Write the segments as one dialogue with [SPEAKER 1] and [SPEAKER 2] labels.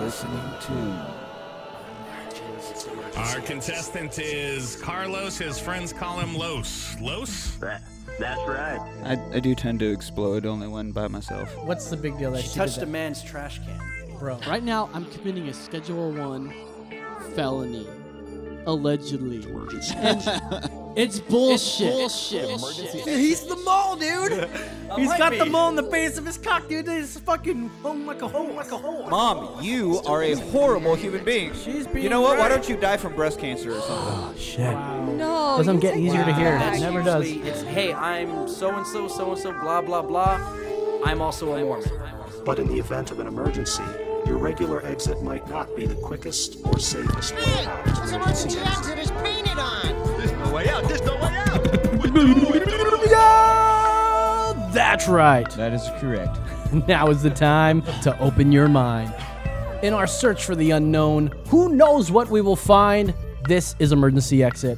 [SPEAKER 1] listening to.
[SPEAKER 2] Our contestant is Carlos. His friends call him Los. Los?
[SPEAKER 3] That, that's right.
[SPEAKER 1] I, I do tend to explode only when by myself.
[SPEAKER 4] What's the big deal that
[SPEAKER 5] She
[SPEAKER 4] she,
[SPEAKER 5] touched a
[SPEAKER 4] did
[SPEAKER 5] man's trash can.
[SPEAKER 4] that? bro?
[SPEAKER 6] Right now, I'm committing a Schedule One felony, allegedly. And it's bullshit. bullshit.
[SPEAKER 4] He's the mole, dude. He's
[SPEAKER 5] might
[SPEAKER 4] got the
[SPEAKER 5] be.
[SPEAKER 4] mole in the face of his cock, dude. He's fucking home like a hole, like a hole.
[SPEAKER 1] Mom, you are a horrible human being.
[SPEAKER 4] She's
[SPEAKER 1] you
[SPEAKER 4] being
[SPEAKER 1] know what? Why
[SPEAKER 4] right.
[SPEAKER 1] don't you die from breast cancer or something?
[SPEAKER 4] Shit.
[SPEAKER 7] No.
[SPEAKER 4] Doesn't
[SPEAKER 7] you
[SPEAKER 4] get
[SPEAKER 7] take
[SPEAKER 4] easier to
[SPEAKER 7] that
[SPEAKER 4] hear.
[SPEAKER 7] back.
[SPEAKER 4] It never
[SPEAKER 5] That's
[SPEAKER 4] does.
[SPEAKER 5] usually- It's hey, I'm so and so, so and so, blah blah blah. I'm also a Mormon.
[SPEAKER 8] But in the event of an emergency, your regular exit might not be the quickest or safest way out.
[SPEAKER 9] This emergency exit is painted on.
[SPEAKER 3] There's no way out. There's no way out.
[SPEAKER 4] That's right.
[SPEAKER 1] That is correct.
[SPEAKER 4] Now is the time to open your mind. In our search for the unknown, who knows what we will find? This is Emergency Exit.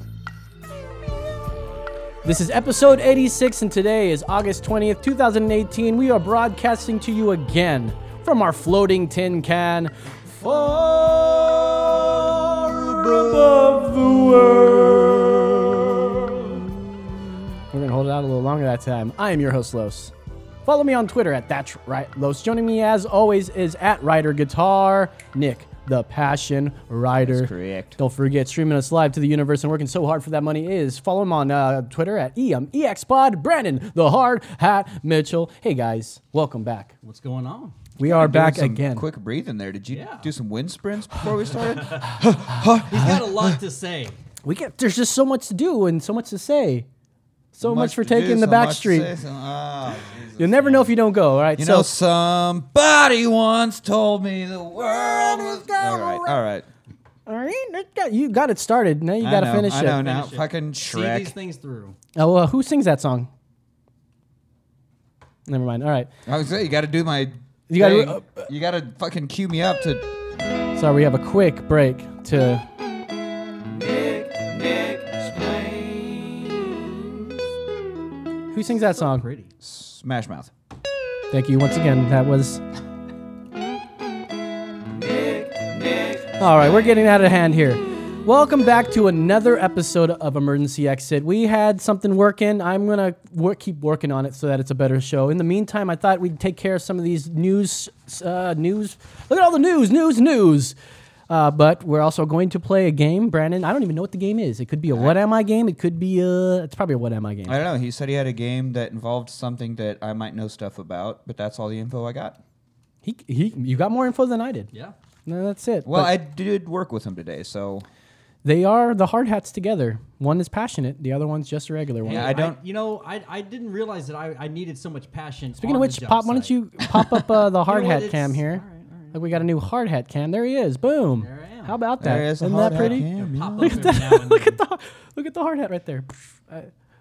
[SPEAKER 4] This is episode 86, and today is August 20th, 2018. We are broadcasting to you again from our floating tin can far above the world. We're going to hold it out a little longer that time. I am your host, Los. Follow me on Twitter at that's right Los. Joining me as always is at Rider Guitar Nick, the Passion Rider.
[SPEAKER 1] That's correct.
[SPEAKER 4] Don't forget streaming us live to the universe and working so hard for that money is follow him on uh, Twitter at em expod Brandon the Hard Hat Mitchell. Hey guys, welcome back.
[SPEAKER 10] What's going on?
[SPEAKER 4] We are back
[SPEAKER 1] Some
[SPEAKER 4] again.
[SPEAKER 1] Quick breathing there. Did you
[SPEAKER 10] Yeah.
[SPEAKER 1] do some wind sprints before we started?
[SPEAKER 10] He's got a lot to say.
[SPEAKER 4] We get there's just so much to do and so much to say. So much, for
[SPEAKER 1] to do,
[SPEAKER 4] taking the
[SPEAKER 1] so
[SPEAKER 4] back
[SPEAKER 1] much to
[SPEAKER 4] street.
[SPEAKER 1] say, so- ah, Jesus.
[SPEAKER 4] You'll never know if you don't go. All right,
[SPEAKER 1] You
[SPEAKER 4] so
[SPEAKER 1] know, somebody once told me the world was All right, all right.
[SPEAKER 4] all right, let's go. you got it started. Now you got to
[SPEAKER 1] I know,
[SPEAKER 4] finish
[SPEAKER 1] I
[SPEAKER 4] it.
[SPEAKER 1] know now.
[SPEAKER 10] Finish it.
[SPEAKER 1] Fucking
[SPEAKER 10] See these
[SPEAKER 1] Shrek.
[SPEAKER 10] things through.
[SPEAKER 4] Oh, uh, who sings that song? Never mind. All right.
[SPEAKER 1] I was saying, you got to do my.
[SPEAKER 4] You gotta- oh,
[SPEAKER 1] thing. you got to fucking cue me up to.
[SPEAKER 4] Sorry, we have a quick break to. Who sings that song?
[SPEAKER 10] Pretty.
[SPEAKER 1] Smash Mouth.
[SPEAKER 4] Thank you once again. That was. All right, we're getting out of hand here. Welcome back to another episode of Emergency Exit. We had something working. I'm going to work, keep working on it so that it's a better show. In the meantime, I thought we'd take care of some of these news. Uh, news. Look at all the news, news, news. Uh, but we're also going to play a game, Brandon. I don't even know what the game is. It could be a What Am I game. It could be a. It's probably a What Am I game.
[SPEAKER 1] I don't know. He said he had a game that involved something that I might know stuff about, but that's all the info I got.
[SPEAKER 4] He, he, you got more info than I did.
[SPEAKER 10] Yeah.
[SPEAKER 4] No, that's it.
[SPEAKER 1] Well,
[SPEAKER 4] But-
[SPEAKER 1] I did work with him today, so
[SPEAKER 4] They are the hard hats together. One is passionate, the other one's just a regular one.
[SPEAKER 1] Yeah, I don't.
[SPEAKER 10] you know, I, I didn't realize that I, I needed so much passion.
[SPEAKER 4] Speaking of which, Pop, why don't you pop up uh, the hard
[SPEAKER 10] what,
[SPEAKER 4] hat
[SPEAKER 10] it's-
[SPEAKER 4] cam here?
[SPEAKER 10] all right, all right.
[SPEAKER 4] Like we got a new hard hat cam. There he is. Boom.
[SPEAKER 10] There I am.
[SPEAKER 4] How about that?
[SPEAKER 1] There is a
[SPEAKER 4] Isn't
[SPEAKER 1] hard
[SPEAKER 4] that
[SPEAKER 1] hat
[SPEAKER 4] pretty?
[SPEAKER 1] cam, yeah.
[SPEAKER 10] Pop up every now and
[SPEAKER 4] look at
[SPEAKER 10] then.
[SPEAKER 4] the look at the hard hat right there. Uh,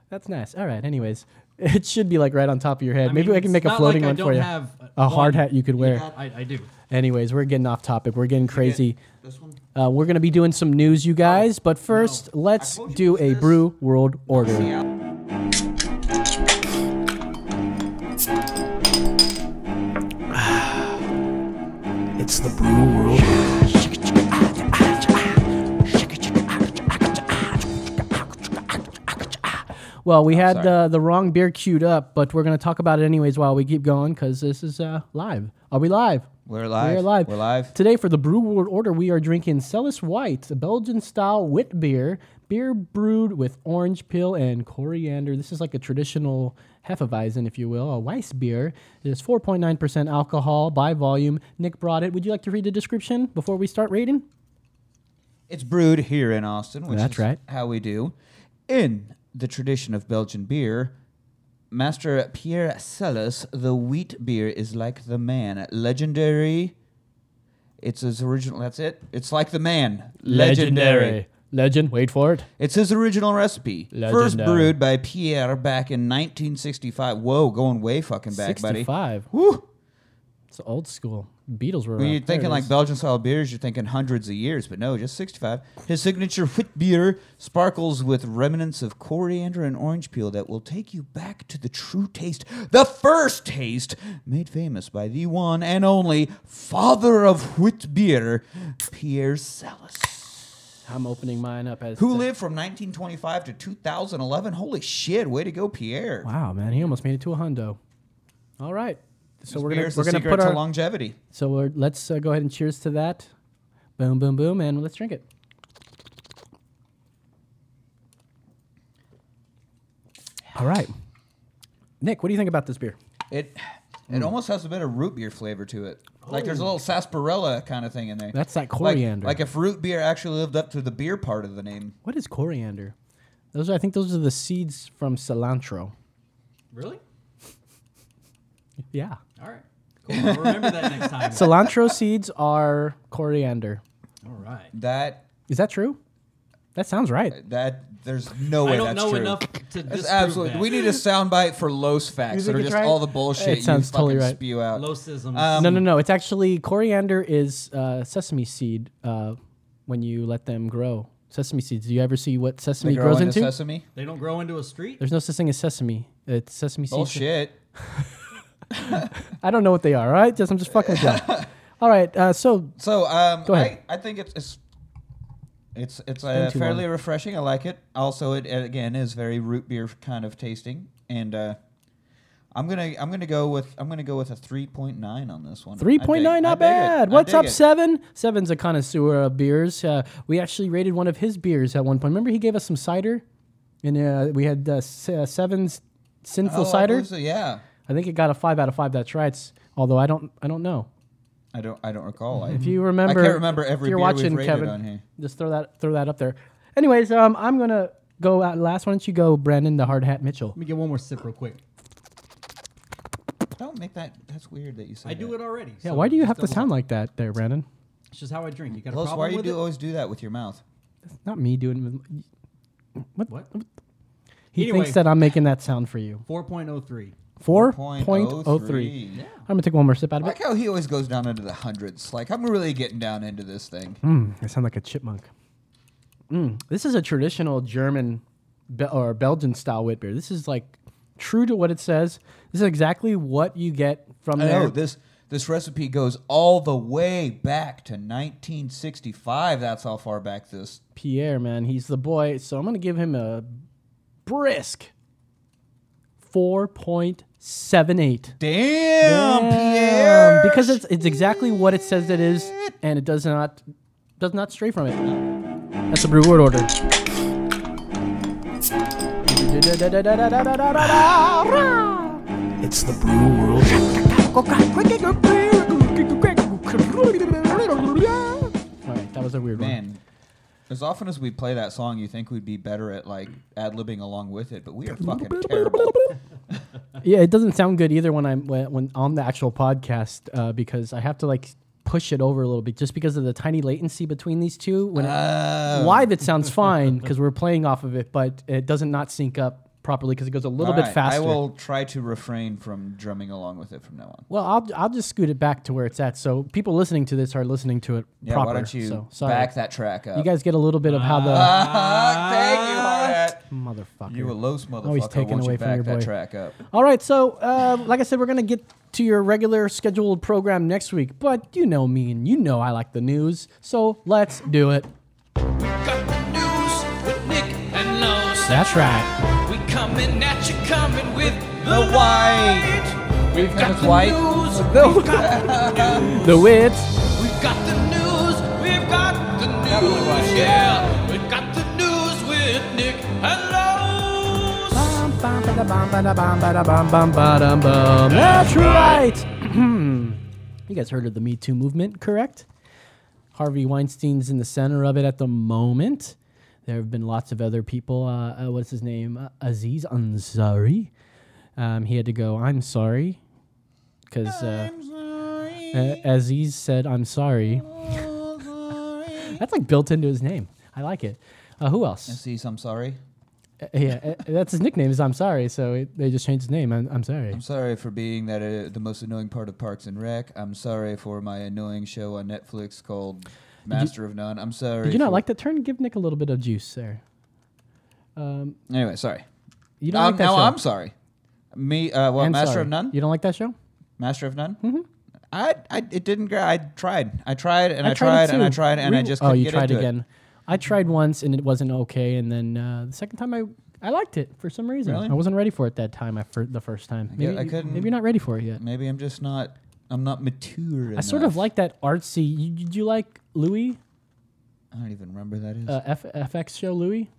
[SPEAKER 4] that's nice. All right. Anyways, it should be like right on top of your head.
[SPEAKER 10] I
[SPEAKER 4] Maybe
[SPEAKER 10] mean,
[SPEAKER 4] I can make
[SPEAKER 10] it's
[SPEAKER 4] a
[SPEAKER 10] not
[SPEAKER 4] floating
[SPEAKER 10] like I
[SPEAKER 4] one for
[SPEAKER 10] don't
[SPEAKER 4] you.
[SPEAKER 10] have
[SPEAKER 4] a hard
[SPEAKER 10] one.
[SPEAKER 4] hat you could wear.
[SPEAKER 10] I, I do.
[SPEAKER 4] Anyways, we're getting off topic. We're getting crazy. Uh, we're gonna be doing some news, you
[SPEAKER 10] Oh.
[SPEAKER 4] guys. But first, let's do a brew world order.
[SPEAKER 8] It's the brew world.
[SPEAKER 4] Well,
[SPEAKER 1] Oh,
[SPEAKER 4] we had the the wrong beer queued up, but we're gonna talk about it anyways while we keep going because this is uh, live. Are we live?
[SPEAKER 1] we're live.
[SPEAKER 4] We are live.
[SPEAKER 1] We're live.
[SPEAKER 4] Today for the Brew World Order, we are drinking Cellus White, a Belgian style wit beer, beer brewed with orange peel and coriander. This is like a traditional Hefeweizen, if you will, a Weiss beer. It is 4.9% alcohol by volume. Nick brought it. Would you like to read the description before we start reading?
[SPEAKER 1] It's brewed here in Austin, which
[SPEAKER 4] That's
[SPEAKER 1] is
[SPEAKER 4] right.
[SPEAKER 1] how we do. In the tradition of Belgian beer, Master Pierre Cellus, the wheat beer is like the man, legendary. It's his original. That's it. It's like the man, legendary.
[SPEAKER 4] Legend. Wait for it.
[SPEAKER 1] It's his original recipe. First
[SPEAKER 4] Legendary.
[SPEAKER 1] brewed by Pierre back in 1965. Whoa, going way fucking back, buddy.
[SPEAKER 4] 65.
[SPEAKER 1] Woo!
[SPEAKER 4] It's old school. Beatles were.
[SPEAKER 1] When
[SPEAKER 4] around.
[SPEAKER 1] you're
[SPEAKER 4] There
[SPEAKER 1] thinking
[SPEAKER 4] it
[SPEAKER 1] like
[SPEAKER 4] is.
[SPEAKER 1] Belgian style beers, you're thinking hundreds of years, but no, just 65. His signature wheat beer sparkles with remnants of coriander and orange peel that will take you back to the true taste, the first taste made famous by the one and only father of wheat beer, Pierre Salas,
[SPEAKER 4] I'm opening mine up as
[SPEAKER 1] who
[SPEAKER 4] the-
[SPEAKER 1] lived from 1925 to 2011. Holy shit, way to go, Pierre.
[SPEAKER 4] Wow, man, he almost made it to a hundo. All right, so we're gonna
[SPEAKER 1] Beer's
[SPEAKER 4] we're
[SPEAKER 1] the
[SPEAKER 4] gonna
[SPEAKER 1] secret
[SPEAKER 4] put
[SPEAKER 1] to
[SPEAKER 4] our
[SPEAKER 1] longevity.
[SPEAKER 4] so we're, let's uh, go ahead and cheers to that. Boom, boom, boom, and let's drink it. All right, Nick, what do you think about this beer?
[SPEAKER 1] It it almost has a bit of root beer flavor to it. Like there's a little sarsaparilla kind of thing in there.
[SPEAKER 4] Oh. That's that
[SPEAKER 1] Like-
[SPEAKER 4] coriander.
[SPEAKER 1] Like, if root beer actually lived up to the beer part of the name.
[SPEAKER 4] What is coriander? Those are, I think those are the seeds from cilantro.
[SPEAKER 10] Really?
[SPEAKER 4] Yeah,
[SPEAKER 10] All right. Cool. I'll remember that next time.
[SPEAKER 4] cilantro seeds are coriander.
[SPEAKER 10] All right.
[SPEAKER 1] That
[SPEAKER 4] Is that true? That sounds right.
[SPEAKER 1] that there's no way
[SPEAKER 10] I don't
[SPEAKER 1] that's
[SPEAKER 10] know
[SPEAKER 1] true.
[SPEAKER 10] enough to
[SPEAKER 1] That's
[SPEAKER 10] disprove
[SPEAKER 1] absolutely.
[SPEAKER 10] that.
[SPEAKER 1] We need a soundbite for Los
[SPEAKER 4] You
[SPEAKER 1] facts
[SPEAKER 4] think
[SPEAKER 1] that are
[SPEAKER 4] it's
[SPEAKER 1] just
[SPEAKER 4] right?
[SPEAKER 1] all the bullshit
[SPEAKER 4] It sounds
[SPEAKER 1] you fucking
[SPEAKER 4] totally right.
[SPEAKER 1] spew out.
[SPEAKER 10] Losisms.
[SPEAKER 4] no,
[SPEAKER 1] Um,
[SPEAKER 4] no, no. It's actually coriander is uh, sesame seed uh, when you let them grow. Sesame seeds. Do you ever see what
[SPEAKER 1] They
[SPEAKER 4] sesame
[SPEAKER 1] grow
[SPEAKER 4] grows
[SPEAKER 1] into
[SPEAKER 4] into?
[SPEAKER 1] sesame.
[SPEAKER 10] they don't grow into a street.
[SPEAKER 4] There's no such thing as sesame. It's sesame seeds.
[SPEAKER 1] Bullshit.
[SPEAKER 4] I don't know what they are. All right, just I'm just fucking with y'all. all right. Uh, so
[SPEAKER 1] So um,
[SPEAKER 4] Go ahead.
[SPEAKER 1] I, I think it's it's it's, it's uh,
[SPEAKER 4] too
[SPEAKER 1] fairly
[SPEAKER 4] long.
[SPEAKER 1] refreshing. I like it. Also, it uh, again is very root beer kind of tasting, and uh, I'm gonna I'm gonna go with I'm gonna go with a 3.9 on this one. I
[SPEAKER 4] Three point
[SPEAKER 1] dig-
[SPEAKER 4] nine,
[SPEAKER 1] I dig
[SPEAKER 4] not
[SPEAKER 1] it.
[SPEAKER 4] bad.
[SPEAKER 1] I
[SPEAKER 4] What's
[SPEAKER 1] dig
[SPEAKER 4] up,
[SPEAKER 1] it.
[SPEAKER 4] Seven? Seven's a connoisseur of beers. Uh, we actually rated one of his beers at one point. Remember, he gave us some cider, and uh, we had uh, S- uh, Seven's sinful
[SPEAKER 1] Oh, I
[SPEAKER 4] cider.
[SPEAKER 1] believe so, yeah,
[SPEAKER 4] I think it got a five out of five. That's right. Although I don't, I don't know.
[SPEAKER 1] I don't I don't recall. Hmm. I,
[SPEAKER 4] Mm-hmm. If you remember,
[SPEAKER 1] I can't remember every
[SPEAKER 4] if you're
[SPEAKER 1] beer
[SPEAKER 4] watching,
[SPEAKER 1] we've rated
[SPEAKER 4] Kevin,
[SPEAKER 1] on here.
[SPEAKER 4] Just throw that, throw that up there. Anyways, um, I'm gonna go out last. Why don't you go, Brandon, the hard hat Mitchell?
[SPEAKER 10] Let me get one more sip real quick.
[SPEAKER 1] Don't make that. That's weird that you said.
[SPEAKER 10] I do
[SPEAKER 1] that.
[SPEAKER 10] it already.
[SPEAKER 4] Yeah.
[SPEAKER 10] so
[SPEAKER 4] Why do you have to
[SPEAKER 10] just double-
[SPEAKER 4] sound like that, there, Brandon?
[SPEAKER 10] It's just how I drink. You got a
[SPEAKER 1] Plus,
[SPEAKER 10] problem
[SPEAKER 1] why you
[SPEAKER 10] with
[SPEAKER 1] do
[SPEAKER 10] it?
[SPEAKER 1] always do that with your mouth?
[SPEAKER 4] Not me doing. with-
[SPEAKER 10] What?
[SPEAKER 4] He
[SPEAKER 10] Anyway.
[SPEAKER 4] thinks that I'm making that sound for you.
[SPEAKER 10] 4.03.
[SPEAKER 4] Four point oh
[SPEAKER 1] 4.03.
[SPEAKER 4] three. I'm gonna take one more sip out
[SPEAKER 1] I
[SPEAKER 4] of
[SPEAKER 1] like
[SPEAKER 4] it.
[SPEAKER 1] how he always goes down into the hundreds. Like I'm really getting down into this thing.
[SPEAKER 4] Mm, I sound like a chipmunk. Mm, this is a traditional German Be- or Belgian style wit beer. This is like true to what it says. This is exactly what you get from
[SPEAKER 1] I
[SPEAKER 4] there.
[SPEAKER 1] know this this recipe goes all the way back to 1965. That's how far back this.
[SPEAKER 4] Pierre, man, he's the boy. So I'm gonna give him a brisk four point seven eight.
[SPEAKER 1] Damn, Pierre!
[SPEAKER 4] Because it's it's exactly what it says it is, and it does not does not stray from it. That's a brew word order.
[SPEAKER 8] It's the Brew World.
[SPEAKER 4] Alright, that was a weird one.
[SPEAKER 1] man. As often as we play that song, you think we'd be better at like ad libbing along with it, but we are fucking terrible.
[SPEAKER 4] Yeah, it doesn't sound good either when I'm when, when on the actual podcast uh, because I have to like push it over a little bit just because of the tiny latency between these two. When it,
[SPEAKER 1] Oh.
[SPEAKER 4] live, it sounds fine because we're playing off of it, but it doesn't not sync up properly because it goes a
[SPEAKER 1] All
[SPEAKER 4] little bit
[SPEAKER 1] right,
[SPEAKER 4] faster.
[SPEAKER 1] I will try to refrain from drumming along with it from now on.
[SPEAKER 4] Well, I'll I'll just scoot it back to where it's at, so people listening to this are listening to it
[SPEAKER 1] Yeah,
[SPEAKER 4] proper.
[SPEAKER 1] why don't you
[SPEAKER 4] so, sorry.
[SPEAKER 1] back that track up?
[SPEAKER 4] You guys get a little bit of how the
[SPEAKER 1] Ah, thank you, Hard Hat.
[SPEAKER 4] motherfucker.
[SPEAKER 1] You a los motherfucker.
[SPEAKER 4] Always taken
[SPEAKER 1] won't you
[SPEAKER 4] away from
[SPEAKER 1] back
[SPEAKER 4] your
[SPEAKER 1] that
[SPEAKER 4] boy.
[SPEAKER 1] track up.
[SPEAKER 4] All right, so uh, like I said, we're gonna get to your regular scheduled program next week, but you know me and you know I like the news, so let's do it.
[SPEAKER 7] Got the news with Nick and Los.
[SPEAKER 4] That's right.
[SPEAKER 7] We coming at you, coming with the
[SPEAKER 1] The white.
[SPEAKER 7] white. We've got
[SPEAKER 1] That's
[SPEAKER 7] the
[SPEAKER 1] white.
[SPEAKER 7] news. We've got,
[SPEAKER 4] The wit.
[SPEAKER 7] we've got the news. We've got the news. Yeah, we've got the news with Nick and Los.
[SPEAKER 4] That's right. you guys heard of the Me Too movement, correct? Harvey Weinstein's in the center of it at the moment. There have been lots of other people. Uh, uh, what's his name? Uh, Aziz Ansari. Um, he had to go. I'm sorry, because uh, uh, Aziz said, "I'm sorry." That's like built into his name. I like it. Uh, who else?
[SPEAKER 1] Cease, I'm sorry.
[SPEAKER 4] Uh, yeah, uh, that's his nickname. Is I'm sorry. So it, they just changed his name. I'm, I'm sorry.
[SPEAKER 1] I'm sorry for being that uh, the most annoying part of Parks and Rec. I'm sorry for my annoying show on Netflix called Master of None. I'm sorry.
[SPEAKER 4] Did you not
[SPEAKER 1] for-
[SPEAKER 4] like that turn? Give Nick a little bit of juice there. Um,
[SPEAKER 1] Anyway, sorry.
[SPEAKER 4] you don't
[SPEAKER 1] Um,
[SPEAKER 4] like that
[SPEAKER 1] now
[SPEAKER 4] show.
[SPEAKER 1] I'm sorry. Me, uh, well,
[SPEAKER 4] And
[SPEAKER 1] Master
[SPEAKER 4] sorry.
[SPEAKER 1] of None.
[SPEAKER 4] You don't like that show?
[SPEAKER 1] Master of None. Mm-hmm. I, I, it didn't. Gra- I tried. I tried and I,
[SPEAKER 4] it
[SPEAKER 1] tried, and I
[SPEAKER 4] too.
[SPEAKER 1] tried and I
[SPEAKER 4] Re-
[SPEAKER 1] just.
[SPEAKER 4] oh,
[SPEAKER 1] couldn't
[SPEAKER 4] you
[SPEAKER 1] get
[SPEAKER 4] tried
[SPEAKER 1] into it.
[SPEAKER 4] again. I tried once and it wasn't okay, and then uh, the second time I I liked it for some reason.
[SPEAKER 1] Really?
[SPEAKER 4] I wasn't ready for it that time. I for the first time.
[SPEAKER 1] get-
[SPEAKER 4] Maybe
[SPEAKER 1] I
[SPEAKER 4] you-
[SPEAKER 1] couldn't-
[SPEAKER 4] Maybe you're not ready for it yet.
[SPEAKER 1] Maybe I'm just not. I'm not mature.
[SPEAKER 4] I sort of like that artsy. You, you- do you like Louis?
[SPEAKER 1] I don't even remember who that is.
[SPEAKER 4] Uh, F, FX show Louis?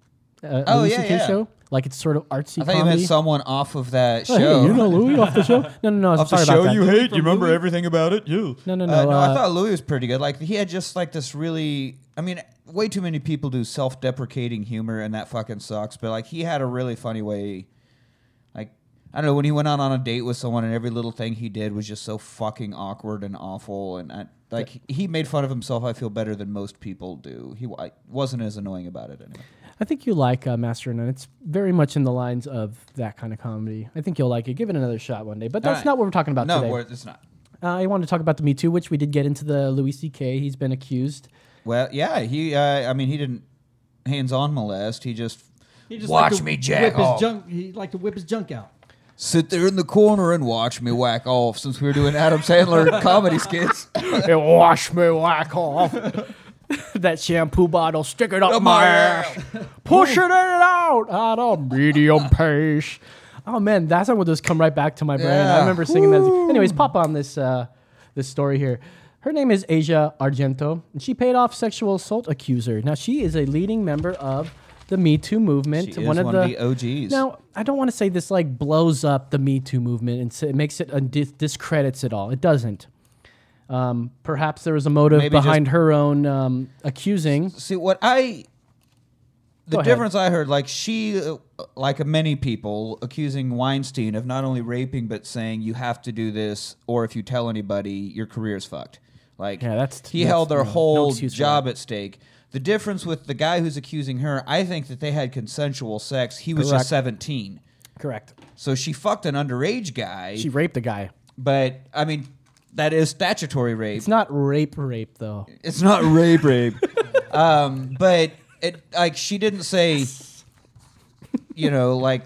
[SPEAKER 4] Uh,
[SPEAKER 1] Oh,
[SPEAKER 4] Louis
[SPEAKER 1] yeah,
[SPEAKER 4] CK
[SPEAKER 1] yeah.
[SPEAKER 4] show. Like it's sort of artsy
[SPEAKER 1] I thought you
[SPEAKER 4] comedy.
[SPEAKER 1] meant someone off of that
[SPEAKER 4] Oh, hey,
[SPEAKER 1] show.
[SPEAKER 4] you know Louis off the show? No, no, no.
[SPEAKER 1] off
[SPEAKER 4] sorry
[SPEAKER 1] the show
[SPEAKER 4] about that.
[SPEAKER 1] you hate. You remember everything about it. You.
[SPEAKER 4] No, no,
[SPEAKER 1] Uh,
[SPEAKER 4] no,
[SPEAKER 1] no,
[SPEAKER 4] uh,
[SPEAKER 1] I thought Louis was pretty good. Like he had just like this really. I mean, way too many people do self-deprecating humor, and that fucking sucks. But like he had a really funny way. Like I don't know when he went out on a date with someone, and every little thing he did was just so fucking awkward and awful. And I, like he- he made fun of himself. I feel better than most people do. He I wasn't as annoying about it anyway.
[SPEAKER 4] I think you like uh, Master and None. It's very much in the lines of that kind of comedy. I think you'll like it. Give it another shot one day. But that's
[SPEAKER 1] Alright.
[SPEAKER 4] not what we're talking about
[SPEAKER 1] No,
[SPEAKER 4] today.
[SPEAKER 1] we're- it's not.
[SPEAKER 4] Uh, I wanted to talk about the Me Too, which we did get into the Louis C.K. He's been accused.
[SPEAKER 1] Well, yeah, he. Uh, I mean, he didn't hands-on molest. He just,
[SPEAKER 10] He just
[SPEAKER 1] watch
[SPEAKER 10] liked to
[SPEAKER 1] me
[SPEAKER 10] whip
[SPEAKER 1] jack Oh.
[SPEAKER 10] his
[SPEAKER 1] off.
[SPEAKER 10] junk- He liked to whip his junk out.
[SPEAKER 1] Sit there in the corner and watch me whack off. Since we were doing Adam Sandler comedy skits,
[SPEAKER 4] it wash me whack off. that shampoo bottle, stick it up, my ass. Push it in and out at a medium pace. Oh man, that song would just come right back to my brain. I
[SPEAKER 1] Yeah.
[SPEAKER 4] remember singing that. Anyways, pop on this uh, this story here. Her name is Asia Argento, and she paid off sexual assault accuser. Now she is a leading member of the Me Too movement.
[SPEAKER 1] She is one of the OGs.
[SPEAKER 4] Now I don't want to say this like blows up the Me Too movement and sa- it makes it uh, dis- discredits it all. It doesn't. Um, perhaps there was a motive
[SPEAKER 1] Maybe
[SPEAKER 4] behind her own um, accusing.
[SPEAKER 1] see what I. The
[SPEAKER 4] Go ahead.
[SPEAKER 1] difference I heard, like she, uh, like many people, accusing Weinstein of not only raping but saying you have to do this, or if you tell anybody, your career's fucked. Like
[SPEAKER 4] Yeah, that's-
[SPEAKER 1] he
[SPEAKER 4] that's-
[SPEAKER 1] held their
[SPEAKER 4] no, no
[SPEAKER 1] whole
[SPEAKER 4] excuse for
[SPEAKER 1] job at stake. The difference with the guy who's accusing her, I think that they had consensual sex. He was
[SPEAKER 4] Correct.
[SPEAKER 1] just seventeen,
[SPEAKER 4] Correct.
[SPEAKER 1] so she fucked an underage guy.
[SPEAKER 4] She raped a guy.
[SPEAKER 1] But I mean, that is statutory rape.
[SPEAKER 4] It's not rape, rape though.
[SPEAKER 1] It's not rape, rape. um, but it like she didn't say, you know, like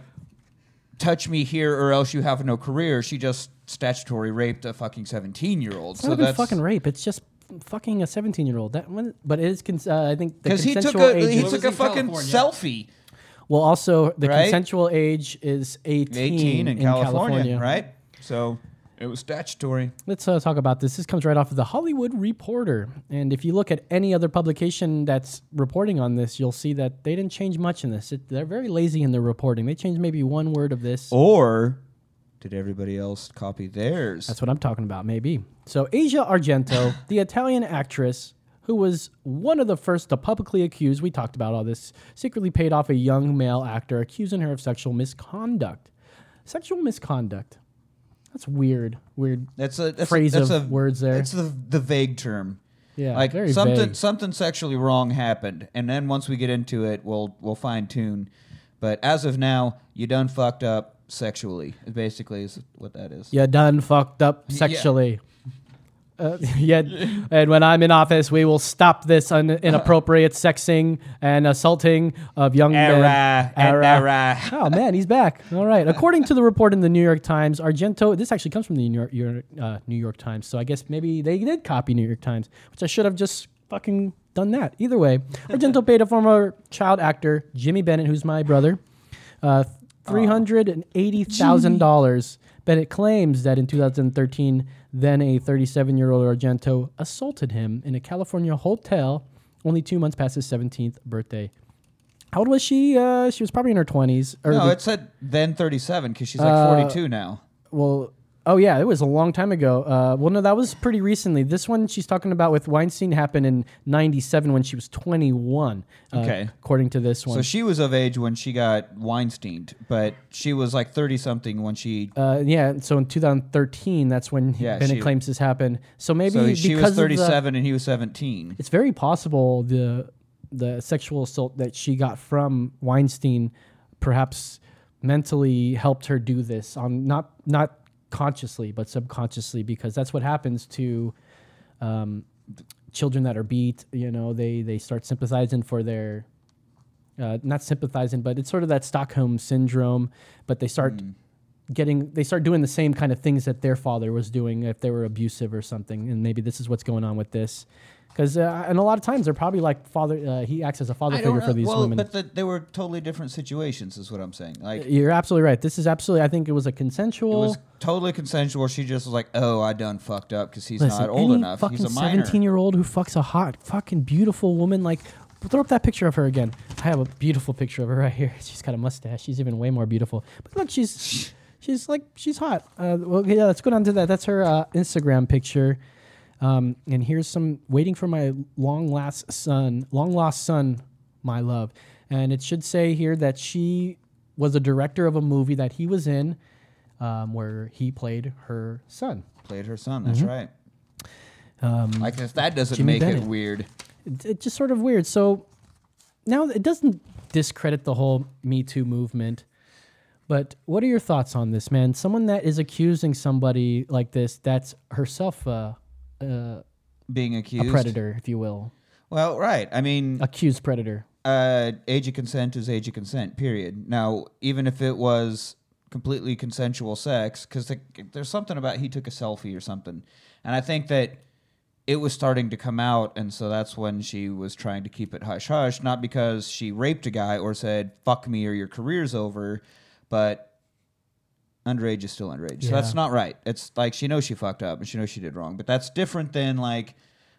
[SPEAKER 1] touch me here or else you have no career. She just statutory raped a fucking seventeen year old.
[SPEAKER 4] It's not
[SPEAKER 1] So
[SPEAKER 4] even
[SPEAKER 1] that's
[SPEAKER 4] fucking rape. It's just fucking a seventeen-year-old. That one, but it is. Cons- uh, I think the
[SPEAKER 1] because he took
[SPEAKER 4] consensual
[SPEAKER 1] a
[SPEAKER 4] age.
[SPEAKER 1] he
[SPEAKER 4] is-
[SPEAKER 1] took
[SPEAKER 10] was
[SPEAKER 1] a
[SPEAKER 10] in
[SPEAKER 1] fucking
[SPEAKER 10] California.
[SPEAKER 1] selfie.
[SPEAKER 4] well, also the
[SPEAKER 1] Right?
[SPEAKER 4] consensual age is eighteen,
[SPEAKER 1] Eighteen in, California,
[SPEAKER 4] California.
[SPEAKER 1] right? So it was statutory.
[SPEAKER 4] Let's uh, talk about this. This comes right off of the Hollywood Reporter. And if you look at any other publication that's reporting on this, you'll see that they didn't change much in this. It, they're very lazy in their reporting. They changed maybe one word of this.
[SPEAKER 1] Or did everybody else copy theirs?
[SPEAKER 4] That's what I'm talking about, maybe. So, Asia Argento, the Italian actress who was one of the first to publicly accuse, we talked about all this, secretly paid off a young male actor accusing her of sexual misconduct. Sexual misconduct. That's weird. Weird.
[SPEAKER 1] That's a that's
[SPEAKER 4] Phrase
[SPEAKER 1] a, that's
[SPEAKER 4] of
[SPEAKER 1] a,
[SPEAKER 4] words there.
[SPEAKER 1] It's the the vague term.
[SPEAKER 4] Yeah,
[SPEAKER 1] like
[SPEAKER 4] very
[SPEAKER 1] something
[SPEAKER 4] vague.
[SPEAKER 1] something sexually wrong happened, and then once we get into it, we'll we'll fine tune. But as of now, you done fucked up sexually. Basically, is what that is.
[SPEAKER 4] You done fucked up sexually. Uh, yet, and when I'm in office, we will stop this un- inappropriate sexing and assaulting of young men.
[SPEAKER 1] Era, e-, era.
[SPEAKER 4] Oh man, he's back. All right. According to the report in the New York Times, Argento. This actually comes from the New York, York- uh, New York Times, so I guess maybe they did copy New York Times, which I should have just fucking done that. Either way, Argento paid a former child actor, Jimmy Bennett, who's my brother, uh, three hundred and eighty thousand dollars. Bennett claims that in 2013, then a 37-year-old Argento assaulted him in a California hotel, only two months past his 17th birthday. How old was she? Uh, she was probably in her 20s. Or
[SPEAKER 1] No,
[SPEAKER 4] the-
[SPEAKER 1] it said then thirty-seven because she's like
[SPEAKER 4] Uh,
[SPEAKER 1] forty-two now.
[SPEAKER 4] well, oh yeah, it was a long time ago. Uh, well, no, that was pretty recently. This one she's talking about with Weinstein happened in '97 when she was 21. uh,
[SPEAKER 1] Okay.
[SPEAKER 4] according to this one.
[SPEAKER 1] So she was of age when she got Weinsteined, but she was like thirty-something when she.
[SPEAKER 4] uh, yeah, so in 2013, that's when
[SPEAKER 1] Yeah,
[SPEAKER 4] Bennett
[SPEAKER 1] she-
[SPEAKER 4] claims this happened. So maybe
[SPEAKER 1] so she
[SPEAKER 4] because
[SPEAKER 1] was
[SPEAKER 4] of the-
[SPEAKER 1] thirty-seven and he was seventeen.
[SPEAKER 4] it's very possible the the sexual assault that she got from Weinstein perhaps mentally helped her do this on not not consciously but subconsciously because that's what happens to um, children that are beat you know they they start sympathizing for their uh, not sympathizing but it's sort of that stockholm syndrome but they start
[SPEAKER 1] Mm.
[SPEAKER 4] getting they start doing the same kind of things that their father was doing if they were abusive or something and maybe this is what's going on with this because uh, and a lot of times they're probably like father uh, he acts as a father
[SPEAKER 1] I
[SPEAKER 4] figure
[SPEAKER 1] don't
[SPEAKER 4] for
[SPEAKER 1] know.
[SPEAKER 4] these
[SPEAKER 1] well,
[SPEAKER 4] women
[SPEAKER 1] but the, they were totally different situations, is what I'm saying. Like it
[SPEAKER 4] You're absolutely right. This is absolutely. I think it was a consensual.
[SPEAKER 1] was totally consensual. She just was like, "Oh, I done fucked up because he's
[SPEAKER 4] Listen,
[SPEAKER 1] not old
[SPEAKER 4] any
[SPEAKER 1] enough.
[SPEAKER 4] fucking
[SPEAKER 1] He's a minor."
[SPEAKER 4] seventeen-year-old who fucks a hot, fucking beautiful woman. Like, throw up that picture of her again. I have a beautiful picture of her right here. She's got a mustache. She's even way more beautiful. But look, she's she's like she's hot. Uh, well, yeah, let's go down to that. That's her uh, Instagram picture. Um, and here's some waiting for my long last son, long lost son, my love. And it should say here that she was a director of a movie that he was in, um, where he played her son.
[SPEAKER 1] Played her son. That's
[SPEAKER 4] Mhm.
[SPEAKER 1] right.
[SPEAKER 4] Um,
[SPEAKER 1] Like if that doesn't
[SPEAKER 4] Jimmy
[SPEAKER 1] make
[SPEAKER 4] Bennett.
[SPEAKER 1] it weird.
[SPEAKER 4] it- it's just sort of weird. So now it doesn't discredit the whole Me Too movement, but what are your thoughts on this, man? Someone that is accusing somebody like this, that's herself uh, uh,
[SPEAKER 1] being accused,
[SPEAKER 4] a predator, if you will,
[SPEAKER 1] Well, right. I mean,
[SPEAKER 4] accused predator.
[SPEAKER 1] uh, age of consent is age of consent. Period. Now, even if it was completely consensual sex, because there's something about he took a selfie or something, and I think that it was starting to come out, and so that's when she was trying to keep it hush hush, not because she raped a guy or said "fuck me" or "your career's over," but. Underage is still underage. So that's
[SPEAKER 4] Yeah.
[SPEAKER 1] not right. It's like she knows she fucked up and she knows she did wrong. But that's different than like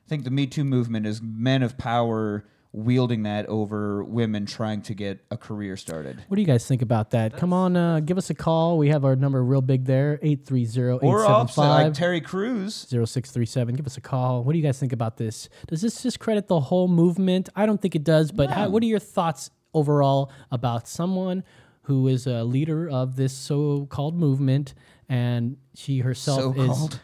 [SPEAKER 1] I think the Me Too movement is men of power wielding that over women trying to get a career started.
[SPEAKER 4] What do you guys think about that? Come on, uh, give us a call. We have our number real big there, 830
[SPEAKER 1] Or also like
[SPEAKER 4] 875
[SPEAKER 1] Terry Crews.
[SPEAKER 4] 0637. Give us a call. What do you guys think about this? Does this discredit the whole movement? I don't think it does, but how, what are your thoughts overall about someone who is a leader of this so called movement and she herself is.
[SPEAKER 1] So-called?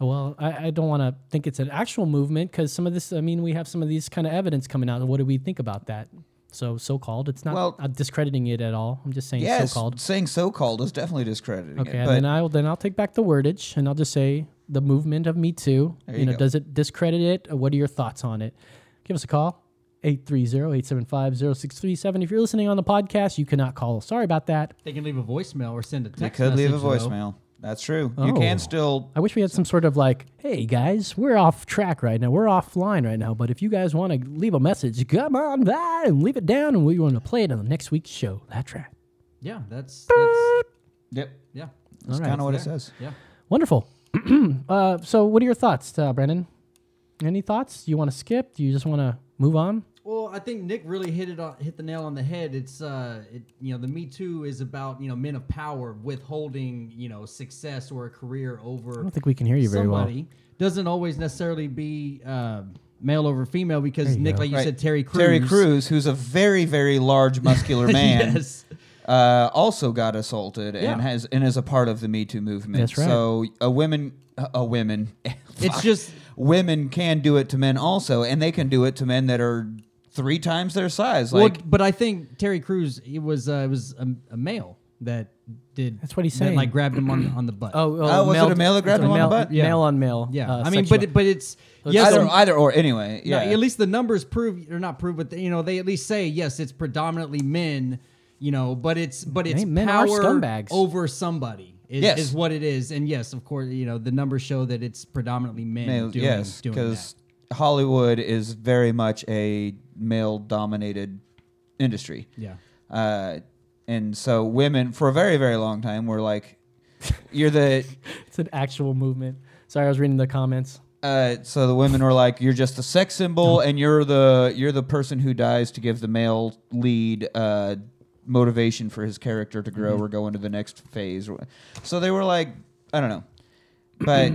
[SPEAKER 4] Well, I, I don't want to think it's an actual movement because some of this, I mean, we have some of these kind of evidence coming out. And what do we think about that? So, so called. It's not
[SPEAKER 1] Well-
[SPEAKER 4] I'm discrediting it at all. I'm just saying
[SPEAKER 1] Yes,
[SPEAKER 4] so called.
[SPEAKER 1] saying so-called is definitely discrediting
[SPEAKER 4] Okay,
[SPEAKER 1] it.
[SPEAKER 4] and
[SPEAKER 1] But
[SPEAKER 4] then I'll then I'll take back the wordage and I'll just say the movement of Me Too.
[SPEAKER 1] There
[SPEAKER 4] you
[SPEAKER 1] you
[SPEAKER 4] know,
[SPEAKER 1] go.
[SPEAKER 4] does it discredit it? Or what are your thoughts on it? Give us a call. 830-875-0637. If you're listening on the podcast, you cannot call. Sorry about that.
[SPEAKER 10] They can leave a voicemail or send a
[SPEAKER 1] you
[SPEAKER 10] text.
[SPEAKER 1] could leave a
[SPEAKER 10] message, though.
[SPEAKER 1] voicemail. That's true. You can
[SPEAKER 4] Oh.
[SPEAKER 1] still
[SPEAKER 4] I wish we had some sort of like, hey guys, we're off track right now. We're offline right now. But if you guys want to leave a message, come on by and leave it down and we want to play it on the next week's show. That's right.
[SPEAKER 10] Yeah, that's, that's
[SPEAKER 1] Yep.
[SPEAKER 10] yeah.
[SPEAKER 1] That's
[SPEAKER 4] All right,
[SPEAKER 1] kind of what it
[SPEAKER 10] there.
[SPEAKER 1] says.
[SPEAKER 10] Yeah.
[SPEAKER 4] Wonderful. uh, so, what are your thoughts, uh, Brendan? Any thoughts? Do you want to skip? Do you just want to move on?
[SPEAKER 10] Well, I think Nick really hit it on, hit the nail on the head. It's uh, it, you know, the Me Too is about you know men of power withholding you know success or a career over.
[SPEAKER 4] I don't think we can hear you very well.
[SPEAKER 10] somebody doesn't always necessarily be uh, male over female because
[SPEAKER 4] you
[SPEAKER 10] Nick,
[SPEAKER 4] go.
[SPEAKER 10] like you
[SPEAKER 1] Right.
[SPEAKER 10] said, Terry Crews.
[SPEAKER 1] Terry Crews, who's a very, very large, muscular man,
[SPEAKER 10] Yes.
[SPEAKER 1] uh, also got assaulted and
[SPEAKER 10] Yeah.
[SPEAKER 1] has and is a part of the Me Too movement.
[SPEAKER 4] That's right.
[SPEAKER 1] So a women, a women,
[SPEAKER 10] It's just
[SPEAKER 1] women can do it to men also, and they can do it to men that are three times their size. Like
[SPEAKER 10] well, but I think Terry Crews it was uh, it was a, a male that did
[SPEAKER 4] That's what he's
[SPEAKER 10] that,
[SPEAKER 4] saying.
[SPEAKER 10] like grabbed him on on the butt.
[SPEAKER 4] Oh,
[SPEAKER 1] Oh, was it a male that grabbed him on the
[SPEAKER 4] male,
[SPEAKER 1] butt?
[SPEAKER 10] Yeah.
[SPEAKER 4] Male on male.
[SPEAKER 10] yeah,
[SPEAKER 4] uh,
[SPEAKER 10] I mean,
[SPEAKER 4] sexual-
[SPEAKER 10] but it, but it's yes,
[SPEAKER 1] either,
[SPEAKER 10] um,
[SPEAKER 1] either or anyway.
[SPEAKER 10] no,
[SPEAKER 1] Yeah,
[SPEAKER 10] at least the numbers prove or not prove, but they, you know they at least say yes, it's predominantly men. You know, but it's but it's
[SPEAKER 4] Hey, men are
[SPEAKER 10] power
[SPEAKER 4] scumbags.
[SPEAKER 10] over somebody. Is,
[SPEAKER 1] Yes.
[SPEAKER 10] is what it is, and yes, of course, you know the numbers show that it's predominantly men
[SPEAKER 1] Male-
[SPEAKER 10] doing
[SPEAKER 1] yes,
[SPEAKER 10] doing that.
[SPEAKER 1] because Hollywood is very much a male-dominated industry.
[SPEAKER 10] Yeah.
[SPEAKER 1] Uh, and so women, for a very, very long time, were like, "You're the."
[SPEAKER 4] it's an actual movement. Sorry, I was reading the comments.
[SPEAKER 1] Uh, so the women were like, "You're just a sex symbol, and you're the you're the person who dies to give the male lead uh, motivation for his character to grow or go into the next phase." So they were like, I don't know, but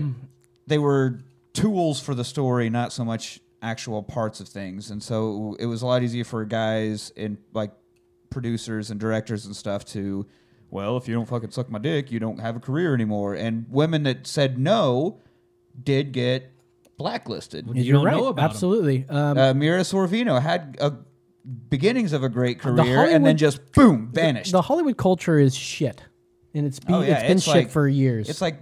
[SPEAKER 1] they were tools for the story, not so much actual parts of things. And so it was a lot easier for guys and like producers and directors and stuff to, well, if you don't fucking suck my dick, you don't have a career anymore. And women that said no did get blacklisted.
[SPEAKER 10] You
[SPEAKER 4] You're
[SPEAKER 10] don't
[SPEAKER 4] right.
[SPEAKER 10] know about 'em.
[SPEAKER 4] Absolutely. Um,
[SPEAKER 1] Uh, Mira Sorvino had a beginnings of a great career and then
[SPEAKER 4] Hollywood-
[SPEAKER 1] just boom vanished.
[SPEAKER 4] The Hollywood culture is shit, and it's be,
[SPEAKER 1] Oh, yeah,
[SPEAKER 4] it's been shit
[SPEAKER 1] like-
[SPEAKER 4] for years.
[SPEAKER 1] It's like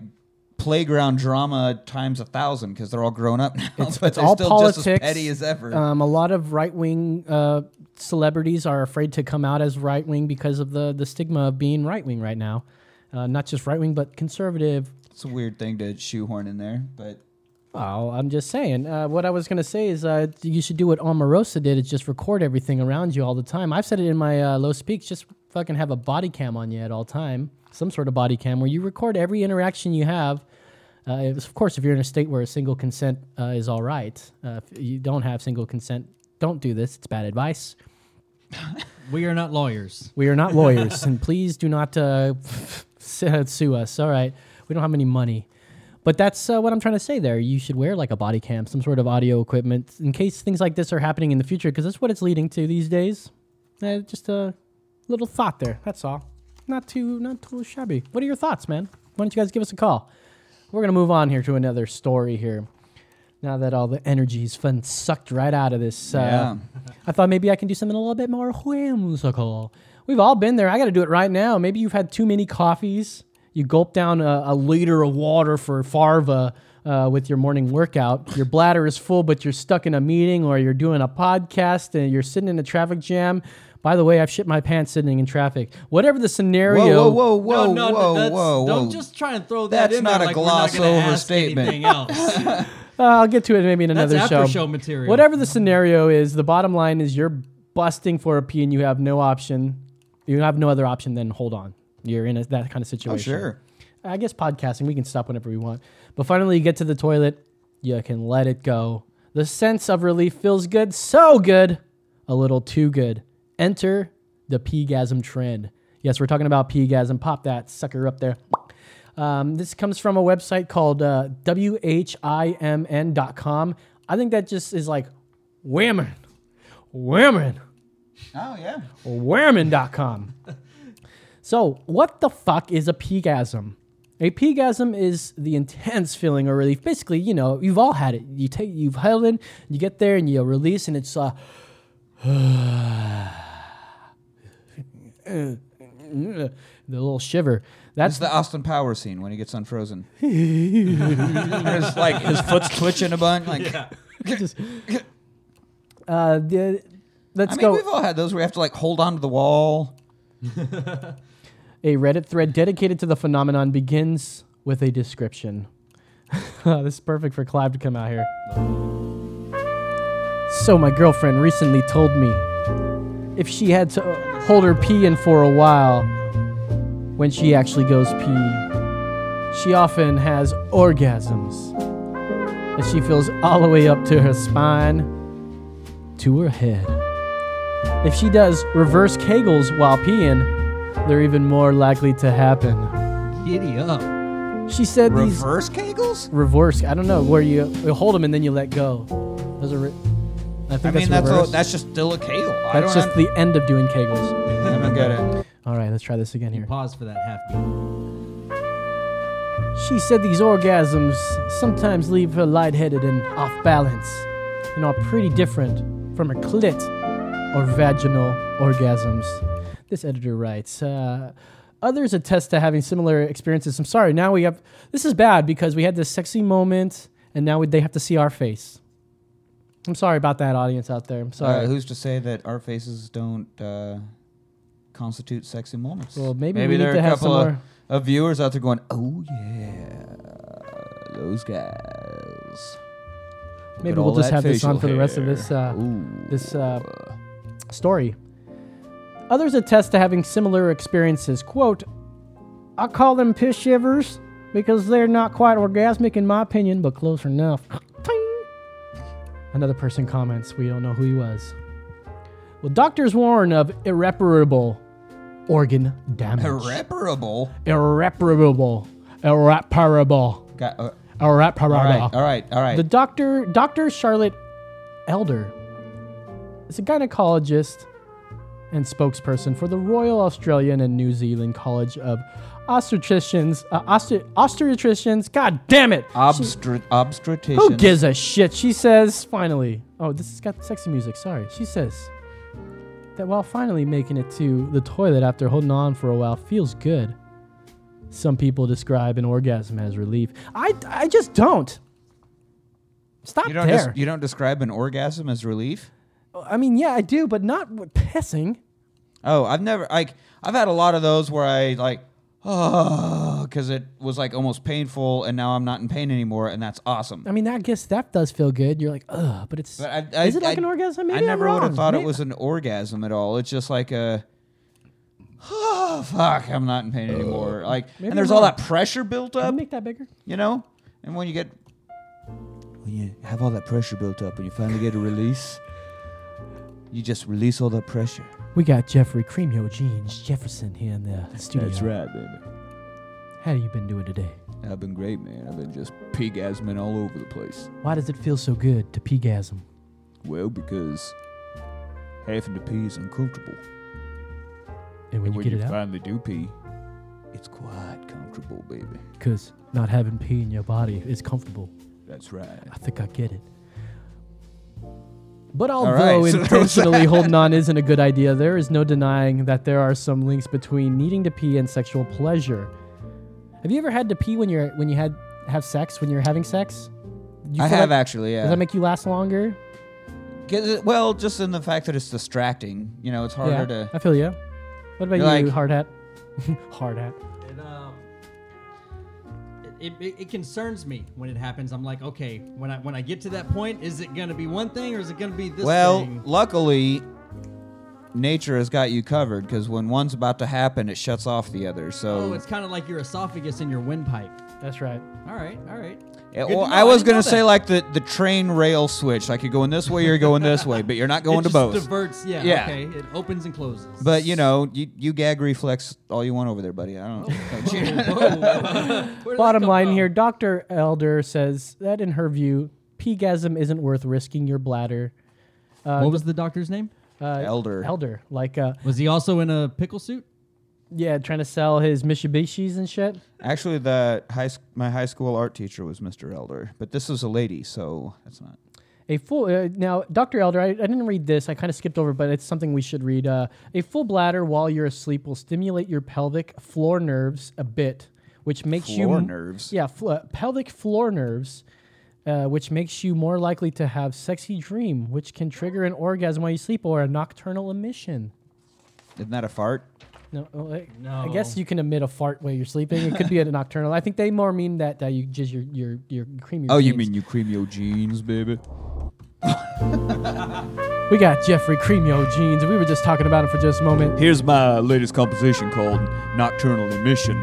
[SPEAKER 1] playground drama times a thousand because they're all grown up now.
[SPEAKER 4] It's,
[SPEAKER 1] but
[SPEAKER 4] it's
[SPEAKER 1] they're
[SPEAKER 4] all
[SPEAKER 1] still
[SPEAKER 4] politics.
[SPEAKER 1] just as petty as ever.
[SPEAKER 4] Um, a lot of right wing uh, celebrities are afraid to come out as right wing because of the the stigma of being right wing right now. Uh, not just right wing, but conservative.
[SPEAKER 1] it's a weird thing to shoehorn in there, but
[SPEAKER 4] Well, I'm just saying. Uh, what I was gonna say is uh, you should do what Omarosa did: is just record everything around you all the time. I've said it in my uh, low speaks. Just fucking have a body cam on you at all time, some sort of body cam where you record every interaction you have. Uh, it's- of course, if you're in a state where a single consent uh, is all right, uh, if you don't have single consent, don't do this. It's bad advice.
[SPEAKER 10] We are not lawyers.
[SPEAKER 4] We are not lawyers, and please do not uh, su- sue us. All right, we don't have any money, but that's uh, what I'm trying to say. There, you should wear like a body cam, some sort of audio equipment, in case things like this are happening in the future, because that's what it's leading to these days. Eh, just a little thought there. That's all. Not too, not too shabby. What are your thoughts, man? Why don't you guys give us a call? We're gonna move on here to another story here. Now that all the energy's fun sucked right out of this, uh,
[SPEAKER 1] um,
[SPEAKER 4] I thought maybe I can do something a little bit more whimsical. We've all been there. I got to do it right now. Maybe you've had too many coffees. You gulp down a, a liter of water for Farva uh, with your morning workout. Your bladder is full, but you're stuck in a meeting or you're doing a podcast and you're sitting in a traffic jam. By the way, I've shit my pants sitting in traffic. Whatever the scenario.
[SPEAKER 1] whoa, whoa, whoa, whoa,
[SPEAKER 10] No, no, no,
[SPEAKER 1] whoa,
[SPEAKER 10] that's-
[SPEAKER 1] whoa,
[SPEAKER 10] don't just try and throw that
[SPEAKER 1] That's
[SPEAKER 10] in
[SPEAKER 1] not
[SPEAKER 10] there
[SPEAKER 1] a
[SPEAKER 10] like we're not
[SPEAKER 1] gloss
[SPEAKER 10] gonna ask
[SPEAKER 1] overstatement.
[SPEAKER 10] anything else.
[SPEAKER 4] Uh, I'll get to it maybe in another
[SPEAKER 10] after
[SPEAKER 4] show.
[SPEAKER 10] show material.
[SPEAKER 4] Whatever the scenario is, the bottom line is you're busting for a pee and you have no option. You have no other option than hold on. You're in a, that kind of situation.
[SPEAKER 1] oh sure.
[SPEAKER 4] I guess podcasting, we can stop whenever we want. But finally, you get to the toilet, you can let it go. The sense of relief feels good, so good, a little too good. Enter the peegasm trend. Yes, we're talking about peegasm. Pop that sucker up there. Um, this comes from a website called uh, whimn.com. I think that just is like women, women,
[SPEAKER 1] Oh yeah.
[SPEAKER 4] Wehrman.com. so, what the fuck is a pegasm? A pegasm is the intense feeling of relief. Basically, you know, you've all had it. You take, you've held in, you get there, and you release, and it's uh, the little shiver. That's
[SPEAKER 1] It's the Austin Power scene when he gets unfrozen. There's like his foot's twitching a bunch. Like
[SPEAKER 4] uh, the, let's
[SPEAKER 1] I mean,
[SPEAKER 4] go.
[SPEAKER 1] we've all had those where you have to like hold on to the wall.
[SPEAKER 4] A Reddit thread dedicated to the phenomenon begins with a description. this is perfect for Clive to come out here. So, my girlfriend recently told me if she had to hold her pee in for a while when she actually goes pee, she often has orgasms. And she feels all the way up to her spine, to her head. If she does reverse kegels while peeing, they're even more likely to happen.
[SPEAKER 10] Giddy up.
[SPEAKER 4] She said these
[SPEAKER 1] Reverse kegels?
[SPEAKER 4] reverse. I don't know where you, you hold them and then you let go. Those are. Re- I think
[SPEAKER 1] I mean,
[SPEAKER 4] that's
[SPEAKER 1] that's
[SPEAKER 4] reverse.
[SPEAKER 1] a, that's just still a kegel. I
[SPEAKER 4] That's
[SPEAKER 1] don't
[SPEAKER 4] just the end of doing kegels.
[SPEAKER 1] I don't get it.
[SPEAKER 4] All right, let's try this again here.
[SPEAKER 10] Pause for that half beat.
[SPEAKER 4] She said these orgasms sometimes leave her lightheaded and off balance, and are pretty different from her clit or vaginal orgasms. This editor writes. Uh, Others attest to having similar experiences. I'm sorry. Now we have this is bad because we had this sexy moment, and now we, they have to see our face. I'm sorry about that, audience out there. I'm sorry.
[SPEAKER 1] Uh, who's to say that our faces don't uh, constitute sexy moments?
[SPEAKER 4] Well, maybe we need
[SPEAKER 1] there are
[SPEAKER 4] to
[SPEAKER 1] a
[SPEAKER 4] have some
[SPEAKER 1] couple of,
[SPEAKER 4] more-
[SPEAKER 1] of viewers out there going, "Oh yeah, those guys." Look
[SPEAKER 4] Maybe
[SPEAKER 1] at
[SPEAKER 4] we'll
[SPEAKER 1] all
[SPEAKER 4] just
[SPEAKER 1] that
[SPEAKER 4] have this on
[SPEAKER 1] facial
[SPEAKER 4] for the rest of
[SPEAKER 1] hair."
[SPEAKER 4] this, uh,
[SPEAKER 1] Ooh.
[SPEAKER 4] this uh, story. Others attest to having similar experiences. Quote, I call them piss shivers because they're not quite orgasmic in my opinion, but close enough. Ting. Another person comments, we don't know who he was. Well, doctors warn of irreparable organ damage.
[SPEAKER 1] irreparable.
[SPEAKER 4] irreparable. Irreparable.
[SPEAKER 1] Got- uh,
[SPEAKER 4] Irreparable.
[SPEAKER 1] all right, all right, all right.
[SPEAKER 4] Oh, The doctor, Dr. Charlotte Elder, is a gynecologist and spokesperson for the Royal Australian and New Zealand College of Obstetricians. Uh, obstet- obstetricians, god damn it!
[SPEAKER 1] Obstru- obstetrician.
[SPEAKER 4] Who gives a shit? She says, finally. Oh, this has got sexy music. Sorry. She says, that while finally making it to the toilet after holding on for a while feels good. Some people describe an orgasm as relief. I, I just don't. Stop
[SPEAKER 1] You don't,
[SPEAKER 4] there.
[SPEAKER 1] des- you don't describe an orgasm as relief?
[SPEAKER 4] I mean, yeah, I do, but not with pissing.
[SPEAKER 1] Oh, I've never like I've had a lot of those where I like oh because it was like almost painful and now I'm not in pain anymore and that's awesome.
[SPEAKER 4] I mean, that guess that does feel good. You're like, ugh, but it's.
[SPEAKER 1] But I, I,
[SPEAKER 4] is it like
[SPEAKER 1] I-
[SPEAKER 4] an orgasm?
[SPEAKER 1] I
[SPEAKER 4] Maybe
[SPEAKER 1] never
[SPEAKER 4] would
[SPEAKER 1] have thought it was an orgasm at all. It's just like a oh fuck, I'm not in pain anymore. Like
[SPEAKER 4] Maybe
[SPEAKER 1] and there's
[SPEAKER 4] I'm
[SPEAKER 1] all
[SPEAKER 4] wrong.
[SPEAKER 1] that pressure built
[SPEAKER 4] Can
[SPEAKER 1] up,
[SPEAKER 4] you make that bigger?
[SPEAKER 1] you know? And when you get when you have all that pressure built up and you finally get a release, you just release all that pressure.
[SPEAKER 4] We got Jeffrey Cremio Jeans Jefferson here in the studio.
[SPEAKER 1] right, baby.
[SPEAKER 4] How have you been doing today?
[SPEAKER 1] I've been great, man. I've been just pigasming all over the place.
[SPEAKER 4] Why does it feel so good to pegasm?
[SPEAKER 1] Well, because having to pee is uncomfortable.
[SPEAKER 4] And
[SPEAKER 1] and
[SPEAKER 4] when you
[SPEAKER 1] when
[SPEAKER 4] get
[SPEAKER 1] you
[SPEAKER 4] it out,
[SPEAKER 1] finally do pee, it's quite comfortable, baby.
[SPEAKER 4] because not having pee in your body is comfortable.
[SPEAKER 1] That's right.
[SPEAKER 4] I think I get it. But
[SPEAKER 1] right,
[SPEAKER 4] although
[SPEAKER 1] so there was
[SPEAKER 4] intentionally
[SPEAKER 1] that.
[SPEAKER 4] holding on isn't a good idea, there is no denying that there are some links between needing to pee and sexual pleasure. Have you ever had to pee when you're when you had have sex when you're having sex? You
[SPEAKER 1] I
[SPEAKER 4] feel
[SPEAKER 1] have
[SPEAKER 4] like-
[SPEAKER 1] actually, yeah.
[SPEAKER 4] Does that make you last longer?
[SPEAKER 1] 'Cause it- well, just in the fact that it's distracting. You know, it's harder
[SPEAKER 4] yeah,
[SPEAKER 1] to.
[SPEAKER 4] I feel you. What about you,
[SPEAKER 1] You're like-
[SPEAKER 4] hard hat? hard hat.
[SPEAKER 10] It, um, it, it, it concerns me when it happens. I'm like, okay, when I when I get to that point, is it gonna be one thing or is it gonna be this
[SPEAKER 1] Well,
[SPEAKER 10] thing?
[SPEAKER 1] luckily, nature has got you covered because when one's about to happen, it shuts off the other.
[SPEAKER 10] Oh,
[SPEAKER 1] So,
[SPEAKER 10] it's kind of like your esophagus and your windpipe.
[SPEAKER 4] That's right.
[SPEAKER 10] All right, all right.
[SPEAKER 1] Yeah,
[SPEAKER 10] good
[SPEAKER 1] well,
[SPEAKER 10] to
[SPEAKER 1] I
[SPEAKER 10] know. I
[SPEAKER 1] was
[SPEAKER 10] didn't know
[SPEAKER 1] gonna say
[SPEAKER 10] that.
[SPEAKER 1] like the the train rail switch. Like you're going this way, you're going this way, but you're not going
[SPEAKER 10] it
[SPEAKER 1] to
[SPEAKER 10] just
[SPEAKER 1] both.
[SPEAKER 10] diverts. Yeah,
[SPEAKER 1] Yeah.
[SPEAKER 10] Okay. It opens and closes.
[SPEAKER 1] But you know, you, you gag reflex all you want over there, buddy. I
[SPEAKER 4] Oh,
[SPEAKER 1] don't know.
[SPEAKER 4] Bottom line here, Dr. Elder says that in her view, peegasm isn't worth risking your bladder.
[SPEAKER 10] what was the doctor's name?
[SPEAKER 4] Uh,
[SPEAKER 1] Elder.
[SPEAKER 4] Elder. Like, uh,
[SPEAKER 10] Was he also in a pickle suit?
[SPEAKER 4] yeah, trying to sell his Mitsubishis and shit.
[SPEAKER 1] Actually, the high sc- my high school art teacher was Mr. Elder, but this is a lady, so that's not.
[SPEAKER 4] A full uh, now, Dr. Elder. I, I didn't read this. I kind of skipped over, but it's something we should read. Uh, a full bladder while you're asleep will stimulate your pelvic floor nerves a bit, which makes you
[SPEAKER 1] Floor
[SPEAKER 4] m-
[SPEAKER 1] nerves?
[SPEAKER 4] Yeah, fl- uh, pelvic floor nerves, uh, which makes you more likely to have sexy dream, which can trigger an orgasm while you sleep or a nocturnal emission.
[SPEAKER 1] Isn't that a fart?
[SPEAKER 4] No, well, I, I
[SPEAKER 10] No.
[SPEAKER 4] guess you can emit a fart while you're sleeping. It could be a nocturnal. I think they more mean that that you jizz your your your creamy.
[SPEAKER 1] Oh, you mean you cream your jeans, baby?
[SPEAKER 4] We got Jeffrey Cremio jeans. We were just talking about him for just a moment.
[SPEAKER 1] Here's my latest composition called Nocturnal Emission.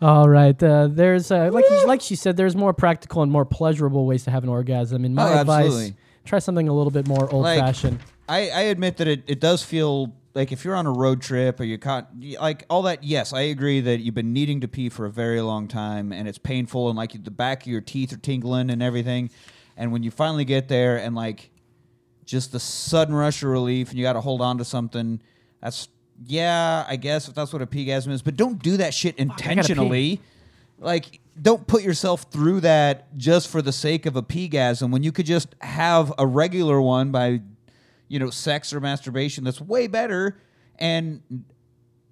[SPEAKER 4] All right, uh, there's uh, like like she said, there's more practical and more pleasurable ways to have an orgasm. And my
[SPEAKER 1] Oh,
[SPEAKER 4] advice,
[SPEAKER 1] absolutely.
[SPEAKER 4] try something a little bit more old fashioned.
[SPEAKER 1] I, I admit that it, it does feel like if you're on a road trip or you caught like all that. Yes, I agree that you've been needing to pee for a very long time and it's painful and like the back of your teeth are tingling and everything. And when you finally get there and like just the sudden rush of relief and you got to hold on to something. That's yeah, I guess if that's what a peegasm is, but don't do that shit
[SPEAKER 4] gotta pee.
[SPEAKER 1] intentionally. Like don't put yourself through that just for the sake of a peegasm when you could just have a regular one by you know sex or masturbation that's way better and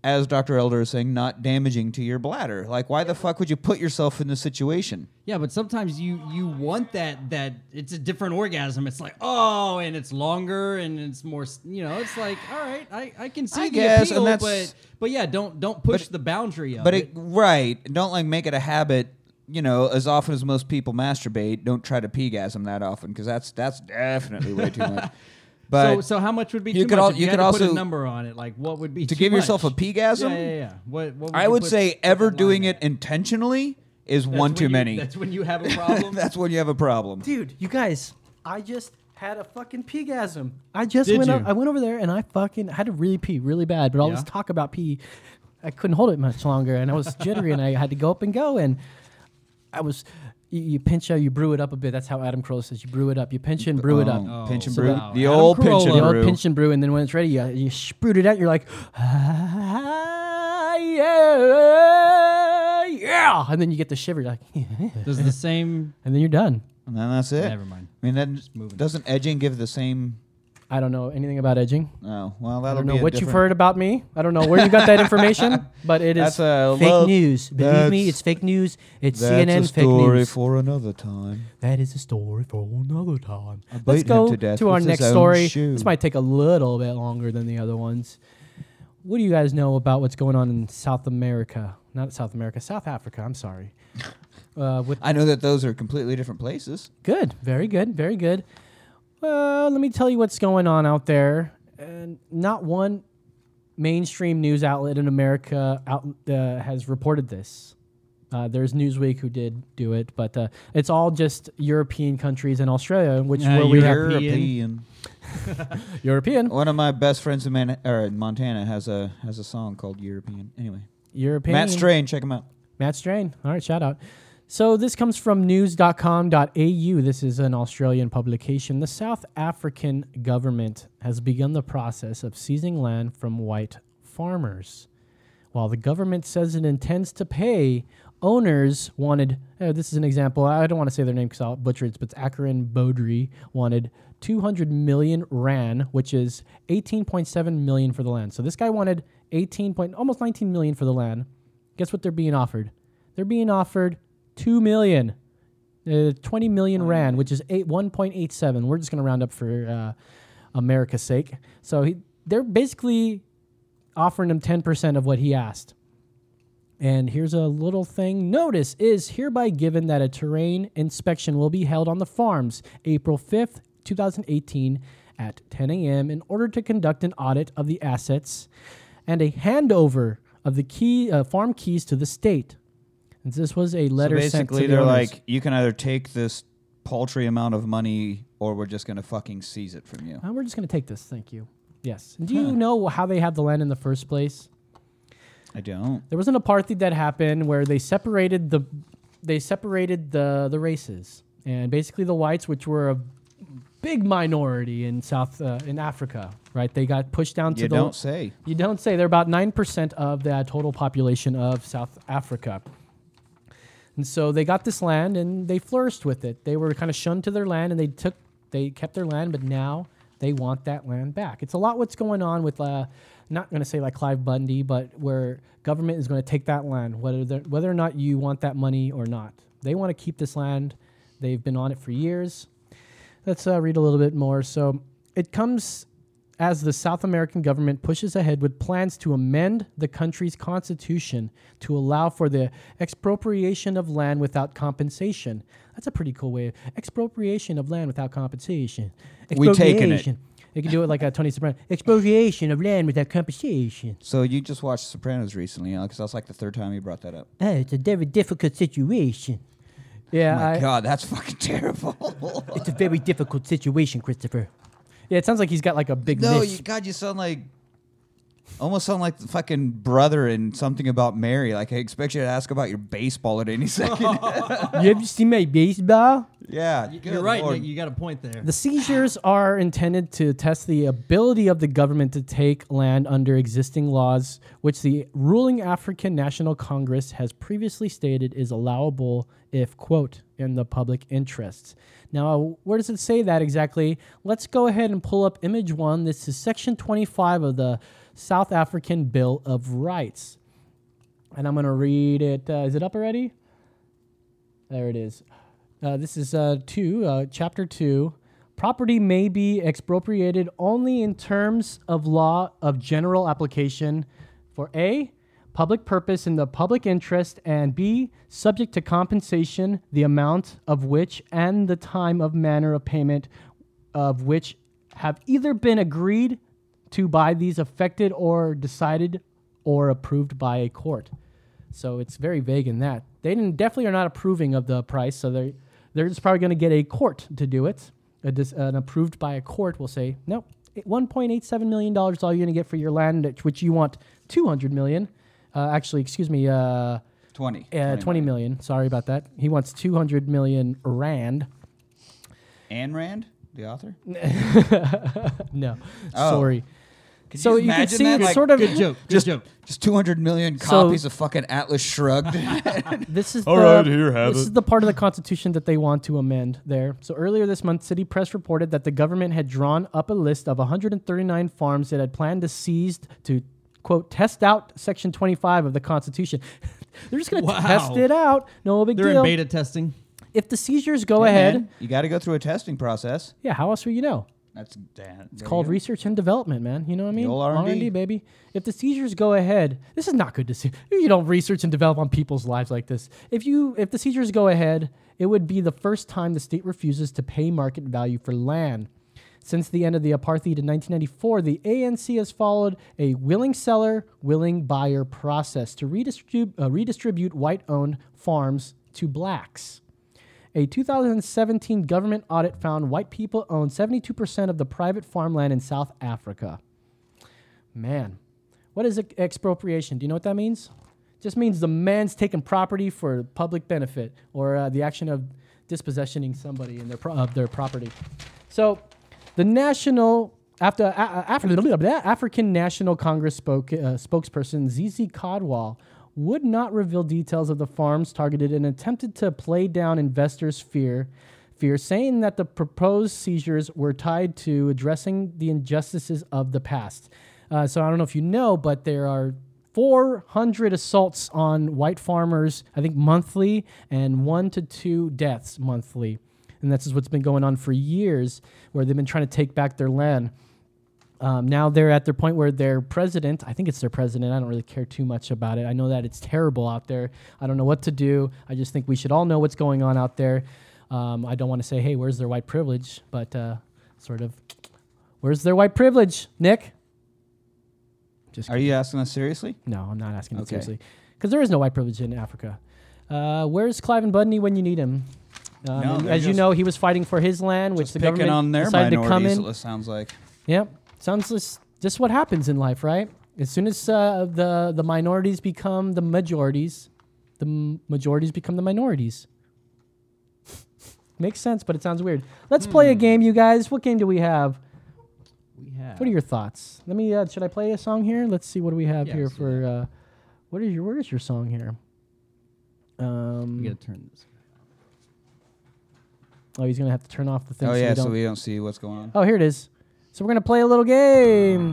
[SPEAKER 1] as Dr. Elder is saying, not damaging to your bladder. Like, why the fuck would you put yourself in this situation?
[SPEAKER 10] Yeah, but sometimes you you want that that it's a different orgasm. It's like oh, and it's longer and it's more. s- You know, it's like all right, I, I can see
[SPEAKER 1] I
[SPEAKER 10] the
[SPEAKER 1] guess,
[SPEAKER 10] appeal,
[SPEAKER 1] and that's-
[SPEAKER 10] but but yeah, don't don't push
[SPEAKER 1] but-
[SPEAKER 10] the boundary of
[SPEAKER 1] But it,
[SPEAKER 10] it.
[SPEAKER 1] right, don't like make it a habit. You know, as often as most people masturbate, don't try to peegasm that often because that's that's definitely way too much. But
[SPEAKER 10] so so how much would be
[SPEAKER 1] you
[SPEAKER 10] too
[SPEAKER 1] could
[SPEAKER 10] much?
[SPEAKER 1] al-
[SPEAKER 10] If
[SPEAKER 1] you
[SPEAKER 10] had
[SPEAKER 1] could
[SPEAKER 10] to put
[SPEAKER 1] also-
[SPEAKER 10] a number on it. Like what would be
[SPEAKER 1] to
[SPEAKER 10] too
[SPEAKER 1] give yourself a
[SPEAKER 10] much?
[SPEAKER 1] peegasm,
[SPEAKER 10] Yeah, yeah, yeah. What, what would
[SPEAKER 1] I
[SPEAKER 10] you
[SPEAKER 1] would
[SPEAKER 10] put-
[SPEAKER 1] say
[SPEAKER 10] put that
[SPEAKER 1] ever
[SPEAKER 10] line
[SPEAKER 1] doing
[SPEAKER 10] at?
[SPEAKER 1] it intentionally is
[SPEAKER 10] That's
[SPEAKER 1] one
[SPEAKER 10] when
[SPEAKER 1] too
[SPEAKER 10] you-
[SPEAKER 1] many.
[SPEAKER 10] That's when you have a problem.
[SPEAKER 1] That's when you have a problem.
[SPEAKER 4] Dude, you guys, I just had a fucking peegasm. I just
[SPEAKER 10] Did
[SPEAKER 4] went
[SPEAKER 10] you?
[SPEAKER 4] up, I went over there and I fucking had to really pee really bad, but all this
[SPEAKER 10] Yeah.
[SPEAKER 4] talk about pee, I couldn't hold it much longer and I was jittery and I had to go up and go and I was you, you pinch out, you brew it up a bit. That's how Adam Carolla says you brew it up. You pinch and brew it up.
[SPEAKER 1] Oh, pinch and
[SPEAKER 4] uh, So
[SPEAKER 1] brew.
[SPEAKER 4] that-
[SPEAKER 1] The
[SPEAKER 10] Adam
[SPEAKER 1] old pinch
[SPEAKER 10] Carolla.
[SPEAKER 1] and
[SPEAKER 4] The old
[SPEAKER 1] brew.
[SPEAKER 4] pinch and brew, and then when it's ready, you, you sprout it out. You're like, ah, yeah, yeah, and then you get the shiver. You're like,
[SPEAKER 10] Does the same?
[SPEAKER 4] and then you're done.
[SPEAKER 1] and then that's it.
[SPEAKER 10] Never mind.
[SPEAKER 1] I mean, then
[SPEAKER 10] moving.
[SPEAKER 1] doesn't edging give the same
[SPEAKER 4] I don't know anything about edging.
[SPEAKER 1] Oh, well,
[SPEAKER 4] I
[SPEAKER 1] that'll
[SPEAKER 4] don't
[SPEAKER 1] be
[SPEAKER 4] know
[SPEAKER 1] a
[SPEAKER 4] what you've
[SPEAKER 1] different-
[SPEAKER 4] heard about me. I don't know where you got that information, but it is
[SPEAKER 1] That's a
[SPEAKER 4] fake
[SPEAKER 1] lo-
[SPEAKER 4] news. Believe me,
[SPEAKER 1] that's-
[SPEAKER 4] it's fake news. It's
[SPEAKER 1] that's
[SPEAKER 4] CNN
[SPEAKER 1] a
[SPEAKER 4] fake
[SPEAKER 1] story
[SPEAKER 4] news.
[SPEAKER 1] for another time.
[SPEAKER 4] That is a story for another time.
[SPEAKER 1] beat
[SPEAKER 4] Let's
[SPEAKER 1] him
[SPEAKER 4] go
[SPEAKER 1] to
[SPEAKER 4] to,
[SPEAKER 1] death
[SPEAKER 4] our
[SPEAKER 1] with his
[SPEAKER 4] next
[SPEAKER 1] own
[SPEAKER 4] story.
[SPEAKER 1] shoe.
[SPEAKER 4] This might take a little bit longer than the other ones. What do you guys know about what's going on in South America? Not South America, South Africa. I'm sorry. Uh, with
[SPEAKER 1] I know that those are completely different places.
[SPEAKER 4] Good. Very good. Very good. Uh, let me tell you what's going on out there. And not one mainstream news outlet in America out, uh, has reported this. Uh, there's Newsweek who did do it, but uh, it's all just European countries and Australia, which
[SPEAKER 1] Yeah,
[SPEAKER 4] where we Uh, have
[SPEAKER 1] Uh, European.
[SPEAKER 4] European,
[SPEAKER 1] One of my best friends in, Man- or in Montana has a has a song called European. Anyway,
[SPEAKER 4] European.
[SPEAKER 1] Matt Strain, check him out.
[SPEAKER 4] Matt Strain. All right, shout out. So this comes from news.com.au. This is an Australian publication. The South African government has begun the process of seizing land from white farmers. While the government says it intends to pay, owners wanted, uh, this is an example, I don't want to say their name because I'll butcher it, but it's Akarin Bodri wanted 200 million RAN, which is 18.7 million for the land. So this guy wanted 18 point, almost 19 million for the land. Guess what they're being offered? They're being offered 2 million. Uh, 20 million rand, which is eight, 1.87. We're just going to round up for uh, America's sake. So he, they're basically offering him 10% of what he asked. And here's a little thing. Notice is hereby given that a terrain inspection will be held on the farms April 5th, 2018 at 10 a.m. in order to conduct an audit of the assets and a handover of the key uh, farm keys to the state. And this was a
[SPEAKER 1] So
[SPEAKER 4] letter sent to
[SPEAKER 1] basically,
[SPEAKER 4] the
[SPEAKER 1] they're
[SPEAKER 4] owners.
[SPEAKER 1] like, you can either take this paltry amount of money, or we're just gonna fucking seize it from you.
[SPEAKER 4] Uh, we're just going to take this. Thank you. Yes. And do you know how they had the land in the first place?
[SPEAKER 1] I don't.
[SPEAKER 4] There was an apartheid that happened where they separated the they separated the the races, and basically the whites, which were a big minority in South uh, in Africa, right? They got pushed down to
[SPEAKER 1] You
[SPEAKER 4] the
[SPEAKER 1] don't say.
[SPEAKER 4] you don't say. They're about nine percent of the total population of South Africa. And so they got this land and they flourished with it. They were kind of shunned to their land and they took they kept their land, but now they want that land back. It's a lot what's going on with uh, not going to say like Clive Bundy, but where government is going to take that land, whether they're- whether or not you want that money or not. They want to keep this land. They've been on it for years. Let's uh, read a little bit more. So it comes as the South American government pushes ahead with plans to amend the country's constitution to allow for the expropriation of land without compensation. That's a pretty cool way. of- Expropriation of land without compensation.
[SPEAKER 1] We taking it.
[SPEAKER 4] Expropriation. They can do it like a Tony Soprano. Expropriation of land without compensation.
[SPEAKER 1] So you just watched Sopranos recently, because that's like the third time you brought that up.
[SPEAKER 4] Oh, it's a very difficult situation. Yeah,
[SPEAKER 1] Oh My
[SPEAKER 4] I-
[SPEAKER 1] God, that's fucking terrible.
[SPEAKER 4] it's a very difficult situation, Christopher. Yeah, it sounds like he's got like a big
[SPEAKER 1] no,
[SPEAKER 4] miss.
[SPEAKER 1] you, God, you sound like almost sound like the fucking brother in something about Mary. Like I expect you to ask about your baseball at any second.
[SPEAKER 4] you ever seen my baseball?
[SPEAKER 1] yeah,
[SPEAKER 10] You're right, Nick. You got a point there.
[SPEAKER 4] The seizures are intended to test the ability of the government to take land under existing laws, which the ruling African National Congress has previously stated is allowable if, quote, in the public interest. Now, where does it say that exactly? Let's go ahead and pull up image one. This is section 25 of the South African Bill of Rights. And I'm going to read it. Uh, is it up already? There it is. Uh, this is uh, two, uh, chapter two. Property may be expropriated only in terms of law of general application for A, public purpose in the public interest, and B, subject to compensation, the amount of which and the time of manner of payment of which have either been agreed to by these affected or decided or approved by a court. So it's very vague in that. They didn't, definitely are not approving of the price, so they they're just probably going to get a court to do it. A dis, an approved by a court will say, "Nope, eh, 1.87 million dollars is all you're going to get for your land, at which you want 200 million. Uh, actually, excuse me, uh,
[SPEAKER 1] twenty.
[SPEAKER 4] uh, 20 million. Sorry about that. He wants 200 million rand.
[SPEAKER 1] Ayn Rand, the author.
[SPEAKER 4] No,
[SPEAKER 1] Oh.
[SPEAKER 4] sorry.
[SPEAKER 1] Could
[SPEAKER 4] So
[SPEAKER 1] just
[SPEAKER 4] you could
[SPEAKER 1] imagine
[SPEAKER 4] see
[SPEAKER 1] that?
[SPEAKER 4] it's sort of- Good
[SPEAKER 10] joke, good
[SPEAKER 1] just,
[SPEAKER 10] joke.
[SPEAKER 1] Just 200 million
[SPEAKER 4] So-
[SPEAKER 1] copies of fucking Atlas Shrugged.
[SPEAKER 4] This is
[SPEAKER 1] All
[SPEAKER 4] the,
[SPEAKER 1] right, here, have
[SPEAKER 4] this
[SPEAKER 1] it.
[SPEAKER 4] is the part of the Constitution that they want to amend there. So earlier this month, City Press reported that the government had drawn up a list of 139 farms it had planned to seize to quote test out Section 25 of the Constitution. They're just going to
[SPEAKER 10] Wow.
[SPEAKER 4] test it out. No big
[SPEAKER 10] They're
[SPEAKER 4] deal.
[SPEAKER 10] in beta testing.
[SPEAKER 4] If the seizures go
[SPEAKER 1] Hey,
[SPEAKER 4] ahead,
[SPEAKER 1] man, you got to go through a testing process.
[SPEAKER 4] yeah, how else will you know?
[SPEAKER 1] That's damn.
[SPEAKER 4] It's called research and development, man. You know what I mean?
[SPEAKER 1] old R&D.
[SPEAKER 4] baby. If the seizures go ahead, this is not good to see. You don't research and develop on people's lives like this. If you if the seizures go ahead, it would be the first time the state refuses to pay market value for land. Since the end of the apartheid in 1994, the ANC has followed a willing seller, willing buyer process to redistribute uh, redistribute white-owned farms to blacks. A 2017 government audit found white people own 72% of the private farmland in South Africa. Man, what is ex- expropriation? Do you know what that means? Just means the man's taking property for public benefit or uh, the action of dispossessioning somebody in their pro- of their property. So, the national after a- a- after African National Congress spoke, uh, spokesperson Zizi Codwall would not reveal details of the farms targeted and attempted to play down investors' fear, fear saying that the proposed seizures were tied to addressing the injustices of the past. Uh, so I don't know if you know, but there are 400 assaults on white farmers, I think monthly, and one to two deaths monthly. And that's just what's been going on for years, where they've been trying to take back their land. Um, now they're at their point where their president, I think it's their president, I don't really care too much about it. I know that it's terrible out there. I don't know what to do. I just think we should all know what's going on out there. Um, I don't want to say, hey, where's their white privilege? But uh, sort of, where's their white privilege, Nick? Just
[SPEAKER 1] Are you asking us seriously?
[SPEAKER 4] No, I'm not asking that
[SPEAKER 1] Okay.
[SPEAKER 4] seriously. Because there is no white privilege in Africa. Uh, where's Clive and Bundy when you need him? Um,
[SPEAKER 1] No,
[SPEAKER 4] and
[SPEAKER 1] they're
[SPEAKER 4] as you
[SPEAKER 1] just-
[SPEAKER 4] know, he was fighting for his land, which the
[SPEAKER 1] Picking
[SPEAKER 4] government
[SPEAKER 1] on their
[SPEAKER 4] decided to come
[SPEAKER 1] minorities,
[SPEAKER 4] in.
[SPEAKER 1] it sounds like.
[SPEAKER 4] Yep. Sounds just, just what happens in life, right? As soon as uh, the, the minorities become the majorities, the m- majorities become the minorities. Makes sense, but it sounds weird. Let's play a
[SPEAKER 1] Hmm.
[SPEAKER 4] game, you guys. What game do we have?
[SPEAKER 10] We have.
[SPEAKER 4] What are your thoughts? Let me. Uh, should I play a song here? Let's see what do we have
[SPEAKER 10] Yeah,
[SPEAKER 4] here
[SPEAKER 10] let's do
[SPEAKER 4] for. Uh, what is your Where is your song here? Um.
[SPEAKER 10] We gotta turn this.
[SPEAKER 4] Oh, he's gonna have to turn off the thing.
[SPEAKER 1] Oh
[SPEAKER 4] so
[SPEAKER 1] yeah,
[SPEAKER 4] we
[SPEAKER 1] so
[SPEAKER 4] don't-
[SPEAKER 1] we don't see what's going on.
[SPEAKER 4] Oh, here it is. So we're gonna play a little game.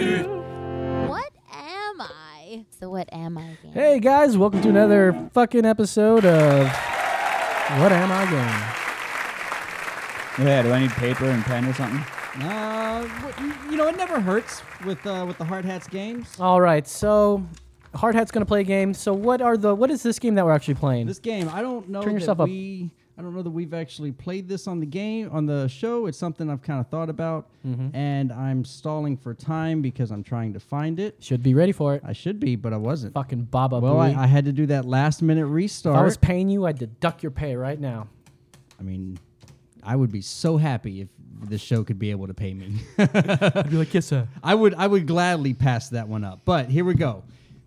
[SPEAKER 11] What am I? So what am I? Game?
[SPEAKER 4] Hey guys, welcome to another fucking episode of What Am I Game.
[SPEAKER 1] Yeah, do I need paper and pen or something?
[SPEAKER 10] Uh, wh- you- you know, it never hurts with uh, with the Hard Hats games.
[SPEAKER 4] All right, so Hard Hat's gonna play a game. So what are the what is this game that we're actually playing?
[SPEAKER 10] This game, I don't know
[SPEAKER 4] Turn
[SPEAKER 10] that
[SPEAKER 4] yourself up.
[SPEAKER 10] we. I don't know that we've actually played this on the game on the show. It's something I've kind of thought about,
[SPEAKER 4] Mm-hmm.
[SPEAKER 10] and I'm stalling for time because I'm trying to find it.
[SPEAKER 4] Should be ready for it.
[SPEAKER 10] I should be, but I wasn't.
[SPEAKER 4] Fucking Baba
[SPEAKER 10] Well, I,
[SPEAKER 4] Booey.
[SPEAKER 10] I had to do that last minute restart.
[SPEAKER 4] If I was paying you, I'd deduct your pay right now.
[SPEAKER 10] I mean, I would be so happy if the show could be able to pay me.
[SPEAKER 4] I'd be like, yes, sir.
[SPEAKER 10] I would I would gladly pass that one up. But here we go.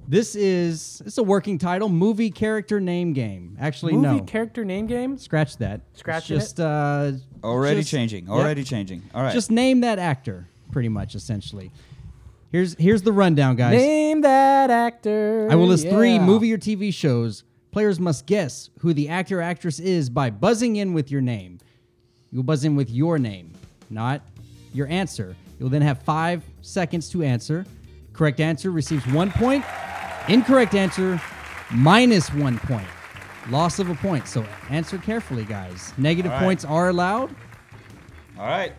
[SPEAKER 10] This is it's a working title, movie character name game. Actually,
[SPEAKER 4] Movie
[SPEAKER 10] no.
[SPEAKER 4] character name games?
[SPEAKER 10] Scratch that.
[SPEAKER 4] Scratch it.
[SPEAKER 10] It's just uh
[SPEAKER 1] Already
[SPEAKER 10] just-
[SPEAKER 1] changing.
[SPEAKER 10] yep.
[SPEAKER 1] Already changing. All right.
[SPEAKER 10] Just name that actor, pretty much essentially. Here's here's the rundown, guys.
[SPEAKER 4] Name that actor.
[SPEAKER 10] I will list three
[SPEAKER 4] Yeah.
[SPEAKER 10] movie or TV shows. Players must guess who the actor or actress is by buzzing in with your name. You'll buzz in with your name, not your answer. You'll then have five seconds to answer. Correct answer receives one point. Incorrect answer, minus one point. Loss of a point. So answer carefully, guys. Negative
[SPEAKER 1] All right.
[SPEAKER 10] points are allowed.
[SPEAKER 1] All right.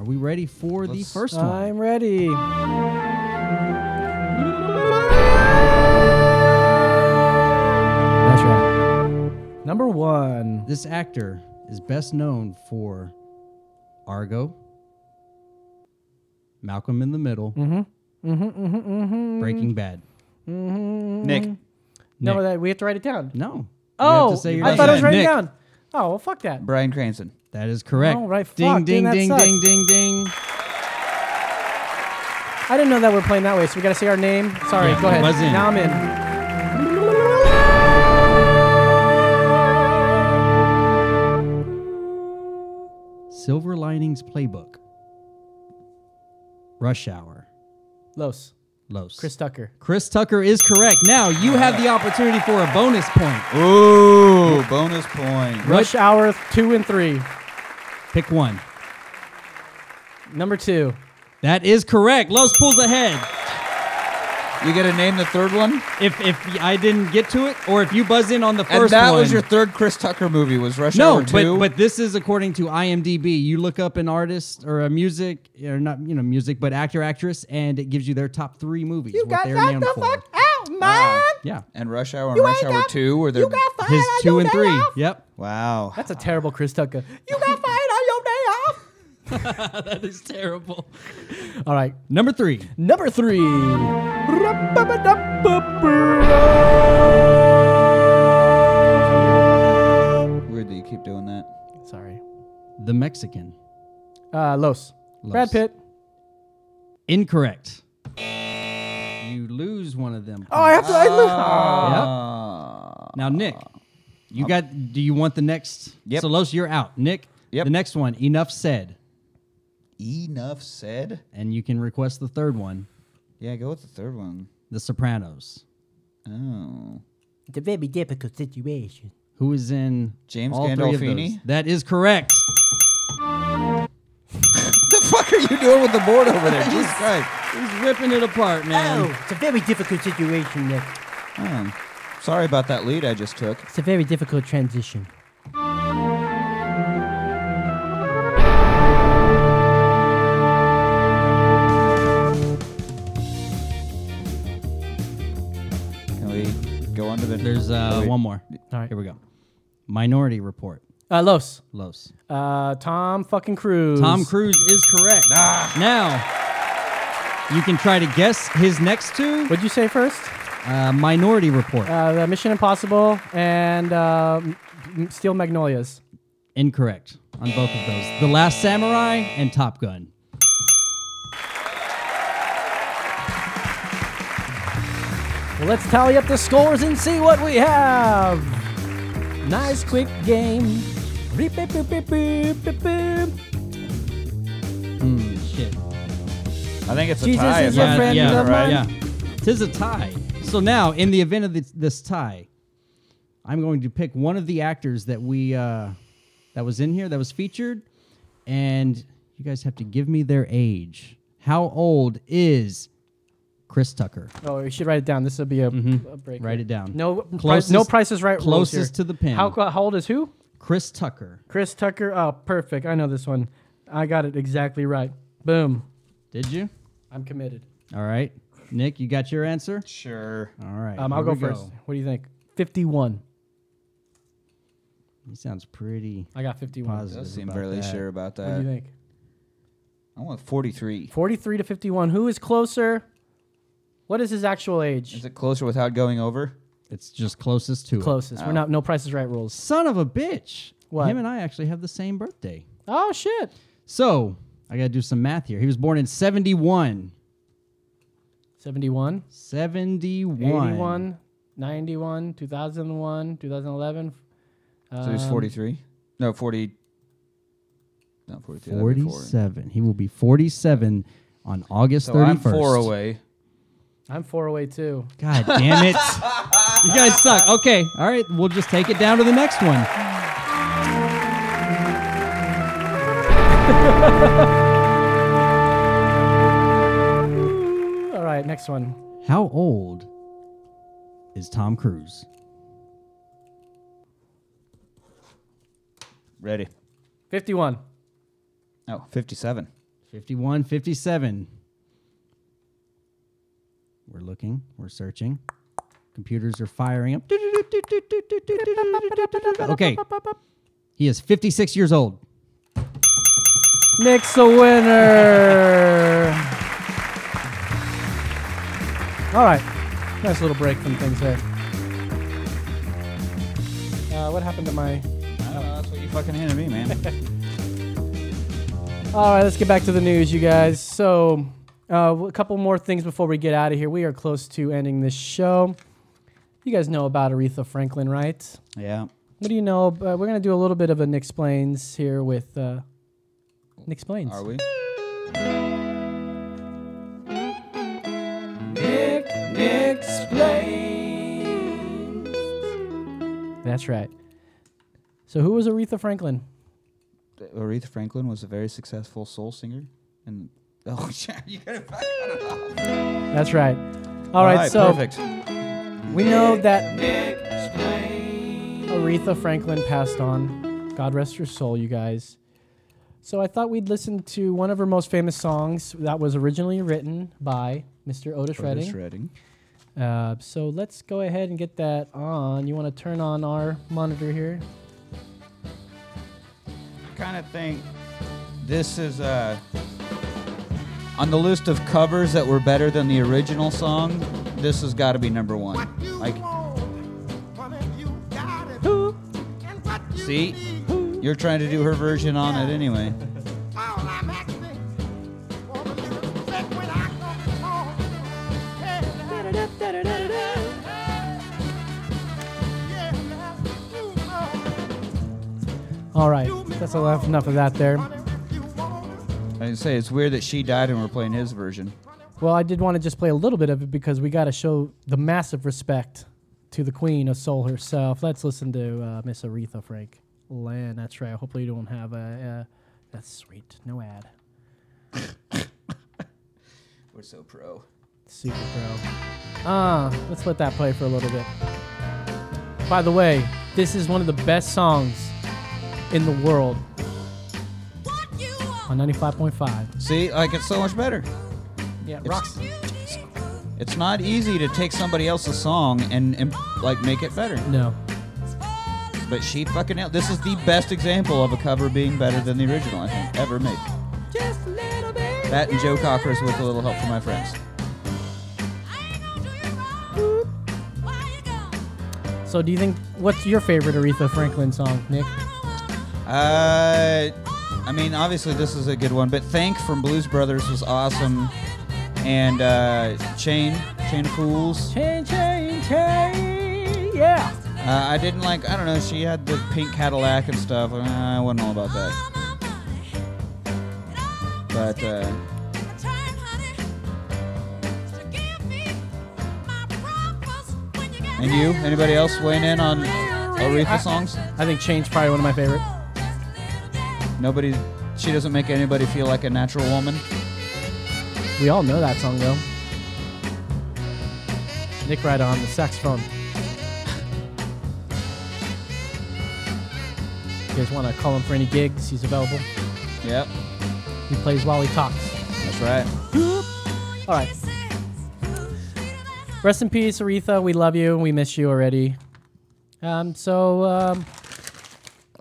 [SPEAKER 10] Are we ready for the
[SPEAKER 1] Let's-
[SPEAKER 10] first one?
[SPEAKER 4] I'm ready. That's right. Number one.
[SPEAKER 10] This actor is best known for Argo, Malcolm in the Middle,
[SPEAKER 4] Mm-hmm.
[SPEAKER 10] Breaking Bad.
[SPEAKER 4] Mm.
[SPEAKER 1] Nick.
[SPEAKER 4] No,
[SPEAKER 10] Nick.
[SPEAKER 4] that we have to write it down.
[SPEAKER 10] No. You
[SPEAKER 4] Oh,
[SPEAKER 10] have to say your
[SPEAKER 4] I thought I was
[SPEAKER 10] name.
[SPEAKER 4] writing it
[SPEAKER 10] Nick.
[SPEAKER 4] down. Oh well, fuck that.
[SPEAKER 1] Brian Cranston.
[SPEAKER 10] That is correct.
[SPEAKER 4] All right,
[SPEAKER 10] ding,
[SPEAKER 4] fuck,
[SPEAKER 10] ding,
[SPEAKER 4] dude, that
[SPEAKER 10] ding,
[SPEAKER 4] sucks.
[SPEAKER 10] ding, ding, ding.
[SPEAKER 4] I didn't know that we're playing that way, so we gotta say our name. Sorry,
[SPEAKER 10] Yeah,
[SPEAKER 4] go ahead.
[SPEAKER 10] buzz in.
[SPEAKER 4] Now I'm in.
[SPEAKER 10] Linings Playbook? Rush Hour.
[SPEAKER 4] Los.
[SPEAKER 10] Los.
[SPEAKER 4] Chris Tucker.
[SPEAKER 10] Chris Tucker is correct. Now you have the opportunity for a bonus point.
[SPEAKER 1] Ooh, bonus point.
[SPEAKER 4] Rush Hour 2 and 3.
[SPEAKER 10] Pick one.
[SPEAKER 4] Number 2.
[SPEAKER 10] That is correct. Los pulls ahead.
[SPEAKER 1] You got to name the third one?
[SPEAKER 10] If if I didn't get to it, or if you buzz in on the first
[SPEAKER 1] and that
[SPEAKER 10] one,
[SPEAKER 1] was your third Chris Tucker movie, was Rush
[SPEAKER 10] no,
[SPEAKER 1] Hour 2?
[SPEAKER 10] but but this is according to IMDb. You look up an artist or a music or not you know music, but actor actress, and it gives you their top three movies. You got that the fuck
[SPEAKER 9] out, man!
[SPEAKER 10] Yeah,
[SPEAKER 1] and Rush Hour and Rush Hour 2 were there.
[SPEAKER 10] his two and three. Yep,
[SPEAKER 1] Wow.
[SPEAKER 4] That's a terrible Chris Tucker.
[SPEAKER 9] You got fired on your day off!
[SPEAKER 10] that is terrible.
[SPEAKER 4] All right.
[SPEAKER 10] Number three.
[SPEAKER 4] Number 3.
[SPEAKER 1] Weird that you keep doing that.
[SPEAKER 4] Sorry.
[SPEAKER 10] The Mexican.
[SPEAKER 4] Uh, Los. Brad Pitt.
[SPEAKER 10] Incorrect. You lose one of them.
[SPEAKER 4] Oh, I have to. I lose. Ah.
[SPEAKER 1] Uh,
[SPEAKER 10] Now, Nick, you got. Do you want the next?
[SPEAKER 1] Yep.
[SPEAKER 10] So, Los, you're out. Nick,
[SPEAKER 1] Yep.
[SPEAKER 10] the next one. Enough said.
[SPEAKER 1] Enough said.
[SPEAKER 10] And you can request the third one
[SPEAKER 1] Yeah, go with the third one.
[SPEAKER 10] The Sopranos.
[SPEAKER 1] Oh.
[SPEAKER 4] It's a very difficult situation.
[SPEAKER 10] Who is in
[SPEAKER 1] James
[SPEAKER 10] all three of
[SPEAKER 1] Gandolfini?
[SPEAKER 10] those? That is correct.
[SPEAKER 1] The fuck are you doing with the board over there? Jesus Christ.
[SPEAKER 10] He's ripping it apart, man.
[SPEAKER 4] it's a very difficult situation, Nick.
[SPEAKER 1] Oh. Sorry about that lead I just took.
[SPEAKER 4] It's a very difficult transition.
[SPEAKER 1] Can we go on to the.
[SPEAKER 10] There's uh,
[SPEAKER 1] Wait.
[SPEAKER 10] one more.
[SPEAKER 4] All right.
[SPEAKER 10] Here we go. Minority Report.
[SPEAKER 4] Uh, Los.
[SPEAKER 10] Los.
[SPEAKER 4] Uh, Tom fucking Cruise.
[SPEAKER 10] Tom Cruise is correct. Now, you can try to guess his next two.
[SPEAKER 4] What'd you say first?
[SPEAKER 10] Uh, Minority Report.
[SPEAKER 4] Uh, the Mission Impossible and uh, M- M- Steel Magnolias.
[SPEAKER 10] Incorrect on both of those. The Last Samurai and Top Gun.
[SPEAKER 4] Well, let's tally up the scores and see what we have. Nice quick game. Beep, beep, beep, beep, beep, beep, beep.
[SPEAKER 10] Shit.
[SPEAKER 1] I think it's a
[SPEAKER 4] Jesus
[SPEAKER 1] tie.
[SPEAKER 4] is
[SPEAKER 1] if
[SPEAKER 4] a
[SPEAKER 1] I'm-
[SPEAKER 4] friend
[SPEAKER 10] yeah,
[SPEAKER 4] of
[SPEAKER 10] right,
[SPEAKER 4] mine.
[SPEAKER 10] yeah. Tis a tie. So now, in the event of this, this tie, I'm going to pick one of the actors that we uh, that was in here that was featured, and you guys have to give me their age. How old is Chris Tucker?
[SPEAKER 4] Oh, we should write it down. This will be a, a break.
[SPEAKER 10] Mm-hmm. Write it down.
[SPEAKER 4] No,
[SPEAKER 10] Closest-
[SPEAKER 4] price, no Price is Right. rules here.
[SPEAKER 10] closest to the pin.
[SPEAKER 4] How, how old is who?
[SPEAKER 10] Chris Tucker.
[SPEAKER 4] Chris Tucker. Oh, perfect. I know this one. I got it exactly right. Boom.
[SPEAKER 10] Did you?
[SPEAKER 4] I'm committed.
[SPEAKER 10] All right, Nick, you got your answer.
[SPEAKER 1] Sure.
[SPEAKER 10] All right,
[SPEAKER 4] Um, I'll
[SPEAKER 10] here
[SPEAKER 4] go
[SPEAKER 10] we
[SPEAKER 4] first. What do you think? 51.
[SPEAKER 10] He sounds pretty
[SPEAKER 4] I got 51.
[SPEAKER 1] I
[SPEAKER 10] positive.
[SPEAKER 1] seem
[SPEAKER 10] about
[SPEAKER 1] fairly
[SPEAKER 10] that.
[SPEAKER 1] sure about
[SPEAKER 4] What do you
[SPEAKER 1] that.
[SPEAKER 4] think?
[SPEAKER 1] I want 43.
[SPEAKER 4] 43 to 51. Who is closer? What is his actual age?
[SPEAKER 1] Is it closer without going over?
[SPEAKER 10] It's just closest to it.
[SPEAKER 4] Closest. We're not no Price is Right rules.
[SPEAKER 10] Son of a bitch.
[SPEAKER 4] What?
[SPEAKER 10] Him and I actually have the same birthday.
[SPEAKER 4] Oh shit.
[SPEAKER 10] So I got to do some math here. He was born in 71.
[SPEAKER 4] 71,
[SPEAKER 10] 71.
[SPEAKER 4] 81, 91, 2001, 2011.
[SPEAKER 1] So he's
[SPEAKER 4] Um,
[SPEAKER 1] 43? No, 40. Not 42. that'd be four.
[SPEAKER 10] 47. He will be 47 on August
[SPEAKER 1] So
[SPEAKER 10] 31st.
[SPEAKER 1] I'm four away.
[SPEAKER 4] I'm four away too.
[SPEAKER 10] God damn it. you guys suck. Okay. All right. We'll just take it down to the next one.
[SPEAKER 4] All right, next one.
[SPEAKER 10] How old is Tom Cruise?
[SPEAKER 1] Ready.
[SPEAKER 4] 51.
[SPEAKER 1] Oh, 57.
[SPEAKER 10] 51, 57. We're looking, we're searching. Computers are firing up. Okay. He is 56 years old.
[SPEAKER 4] Nick's the winner. All right. Nice little break from things there. Uh, what happened to my.
[SPEAKER 1] I don't know. Oh, That's what you fucking handed me, man.
[SPEAKER 4] All right, let's get back to the news, you guys. So, uh, a couple more things before we get out of here. We are close to ending this show. You guys know about Aretha Franklin, right?
[SPEAKER 1] yeah.
[SPEAKER 4] What do you know? ab- Uh, we're going to do a little bit of an explains here with uh, Nick explains.
[SPEAKER 1] Are we?
[SPEAKER 4] Nick, Nick That's right. So who was Aretha Franklin?
[SPEAKER 1] Aretha Franklin was a very successful soul singer, and oh, yeah, you gotta fuck it up.
[SPEAKER 4] That's right. All
[SPEAKER 1] All
[SPEAKER 4] right,
[SPEAKER 1] right,
[SPEAKER 4] so
[SPEAKER 1] perfect.
[SPEAKER 4] we know that Aretha Franklin passed on. God rest her soul, you guys. So I thought we'd listen to one of her most famous songs that was originally written by Mr. Otis,
[SPEAKER 1] Otis Redding.
[SPEAKER 4] Uh, so let's go ahead and get that on. You want to turn on our monitor here?
[SPEAKER 1] Kind of thing. This is uh, on the list of covers that were better than the original song. This has got to be number one. Like, see, you're trying to do her version on it anyway.
[SPEAKER 4] All right, that's enough enough of that there.
[SPEAKER 1] I can say it's weird that she died and we're playing his version.
[SPEAKER 4] Well, I did want to just play a little bit of it because we got to show the massive respect to the Queen of Soul herself. Let's listen to uh, Miss Aretha Frank. Land, that's right. Hopefully, you don't have a. Uh, that's sweet. No ad.
[SPEAKER 1] We're so pro.
[SPEAKER 4] Super pro. Ah, let's let that play for a little bit. By the way, this is one of the best songs in the world. On 95.5.
[SPEAKER 1] See, like it's so much better.
[SPEAKER 4] Yeah,
[SPEAKER 1] It's- rocks. It's not easy to take somebody else's song and, and like make it better.
[SPEAKER 4] No.
[SPEAKER 1] But she fucking nailed. This is the best example of a cover being better than the original I think ever made. That and Joe Cockers with a little help from my friends.
[SPEAKER 4] So, do you think what's your favorite Aretha Franklin song, Nick?
[SPEAKER 1] Uh, I mean, obviously this is a good one, but Thank from Blues Brothers was awesome, and uh, Chain, Chain of Fools.
[SPEAKER 4] Chain, chain, chain, yeah.
[SPEAKER 1] Uh, I didn't like. I don't know. She had the pink Cadillac and stuff. uh, I wasn't all about that. But uh, and you? Anybody else weighing in on
[SPEAKER 4] I-
[SPEAKER 1] Aretha songs?
[SPEAKER 4] I think Chain's probably one of my favorite.
[SPEAKER 1] Nobody. She doesn't make anybody feel like a natural woman.
[SPEAKER 4] We all know that song though. Nick right on the saxophone. You guys want to call him for any gigs? He's available.
[SPEAKER 1] Yep.
[SPEAKER 4] He plays while he talks.
[SPEAKER 1] That's right.
[SPEAKER 4] All right. Rest in peace, Aretha. We love you. We miss you already. Um, so um,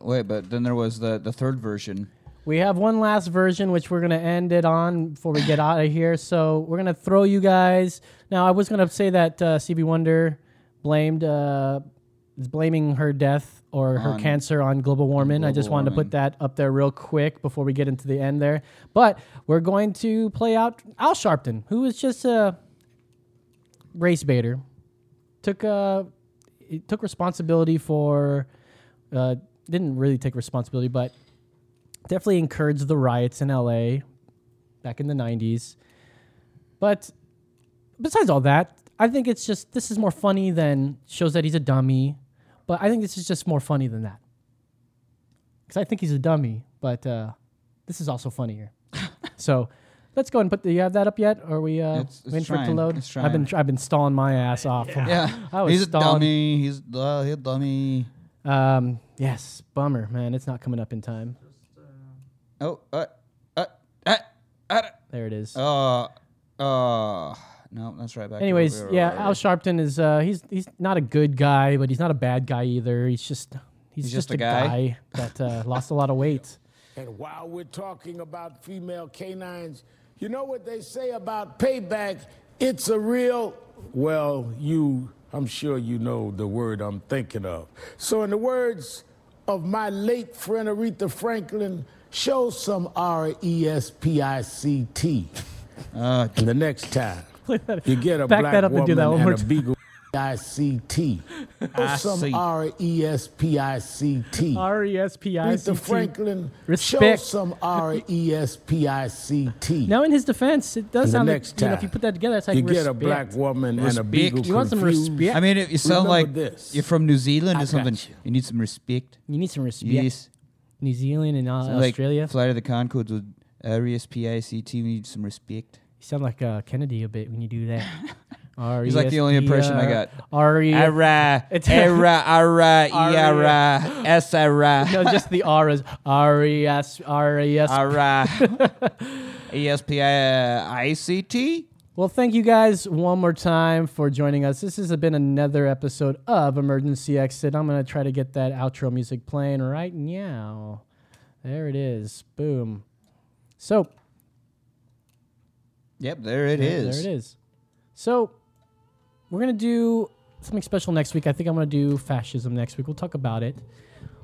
[SPEAKER 1] Wait, but then there was the the third version.
[SPEAKER 4] We have one last version, which we're going to end it on before we get out of here. So we're going to throw you guys. Now, I was going to say that uh, CB Wonder blamed uh, is blaming her death or her
[SPEAKER 1] On-
[SPEAKER 4] cancer on global warming. I
[SPEAKER 1] global
[SPEAKER 4] just wanted to put that up there real quick before we get into the end there. But we're going to play out Al Sharpton, who was just a race baiter, took uh, he took responsibility for uh, didn't really take responsibility, but definitely encouraged the riots in LA back in the 90s. But besides all that, I think it's just this is more funny than shows that he's a dummy. But I think this is just more funny than that. Because I think he's a dummy, but uh, this is also funnier. so let's go and put. Do you have that up yet? Or are we uh,
[SPEAKER 1] It's- it's
[SPEAKER 4] waiting for it to
[SPEAKER 1] trying,
[SPEAKER 4] load?
[SPEAKER 1] it's
[SPEAKER 4] I've been
[SPEAKER 1] trying.
[SPEAKER 4] I've been stalling my ass off.
[SPEAKER 1] Yeah.
[SPEAKER 4] I was
[SPEAKER 1] He's a
[SPEAKER 4] stalling.
[SPEAKER 1] dummy. He's uh, he's a dummy.
[SPEAKER 4] Um, yes, bummer, man. It's not coming up in time.
[SPEAKER 1] Oh, uh, uh, uh, uh,
[SPEAKER 4] there it is.
[SPEAKER 1] Uh, uh, no, that's right back. to
[SPEAKER 4] Anyways,
[SPEAKER 1] where we were
[SPEAKER 4] yeah,
[SPEAKER 1] already.
[SPEAKER 4] Al Sharpton is uh, he's he's not a good guy, but he's not a bad guy either. He's just he's, just, a guy, that uh, lost a lot of weight.
[SPEAKER 12] And while we're talking about female canines, you know what they say about payback? It's a real, well, you, I'm sure you know the word I'm thinking of. So, in the words of my late friend Aretha Franklin, show some R E S P I C T. And the next time
[SPEAKER 4] that-
[SPEAKER 12] you get a
[SPEAKER 4] back
[SPEAKER 12] black
[SPEAKER 4] that up
[SPEAKER 12] woman
[SPEAKER 4] and do that one more
[SPEAKER 12] and a
[SPEAKER 4] time.
[SPEAKER 12] beagle, I C T. Or some R E S P I C T.
[SPEAKER 4] R E S P I C T.
[SPEAKER 12] Aretha Franklin,
[SPEAKER 4] Respect.
[SPEAKER 12] show some R E S P I C T.
[SPEAKER 4] Now, in his defense, it does
[SPEAKER 12] The
[SPEAKER 4] sound
[SPEAKER 12] next
[SPEAKER 4] like you know, if
[SPEAKER 12] time
[SPEAKER 4] you put that together, it's like
[SPEAKER 12] you get a
[SPEAKER 4] respect.
[SPEAKER 12] black woman and a
[SPEAKER 1] Respect.
[SPEAKER 12] beagle.
[SPEAKER 4] You want some
[SPEAKER 12] confused.
[SPEAKER 4] respect?
[SPEAKER 1] I mean, it, you sound
[SPEAKER 12] Remember
[SPEAKER 1] like
[SPEAKER 12] this.
[SPEAKER 1] you're from New Zealand
[SPEAKER 4] I
[SPEAKER 1] or something.
[SPEAKER 4] got
[SPEAKER 1] You. need some respect.
[SPEAKER 4] You need some respect.
[SPEAKER 1] Yes.
[SPEAKER 4] New Zealand and uh,
[SPEAKER 1] Sound like
[SPEAKER 4] Australia.
[SPEAKER 1] Flight of the Concords with E Arius PICT. We need some respect.
[SPEAKER 4] You sound like uh, Kennedy a bit when you do that. E
[SPEAKER 1] He's like the only impression I got.
[SPEAKER 4] R-E-
[SPEAKER 1] Ara,
[SPEAKER 4] It's-
[SPEAKER 1] era, ara, era, s, ara.
[SPEAKER 4] No, just the R E is R-E-S, R-E-S.
[SPEAKER 1] Ara, E ESPICT.
[SPEAKER 4] Well, thank you guys one more time for joining us. This has been another episode of Emergency Exit. I'm going to try to get that outro music playing right now. There it is. Boom. So,
[SPEAKER 1] Yep, there it
[SPEAKER 4] There-
[SPEAKER 1] is.
[SPEAKER 4] There it is. So we're gonna do something special next week. I think I'm gonna do fascism next week. We'll talk about it.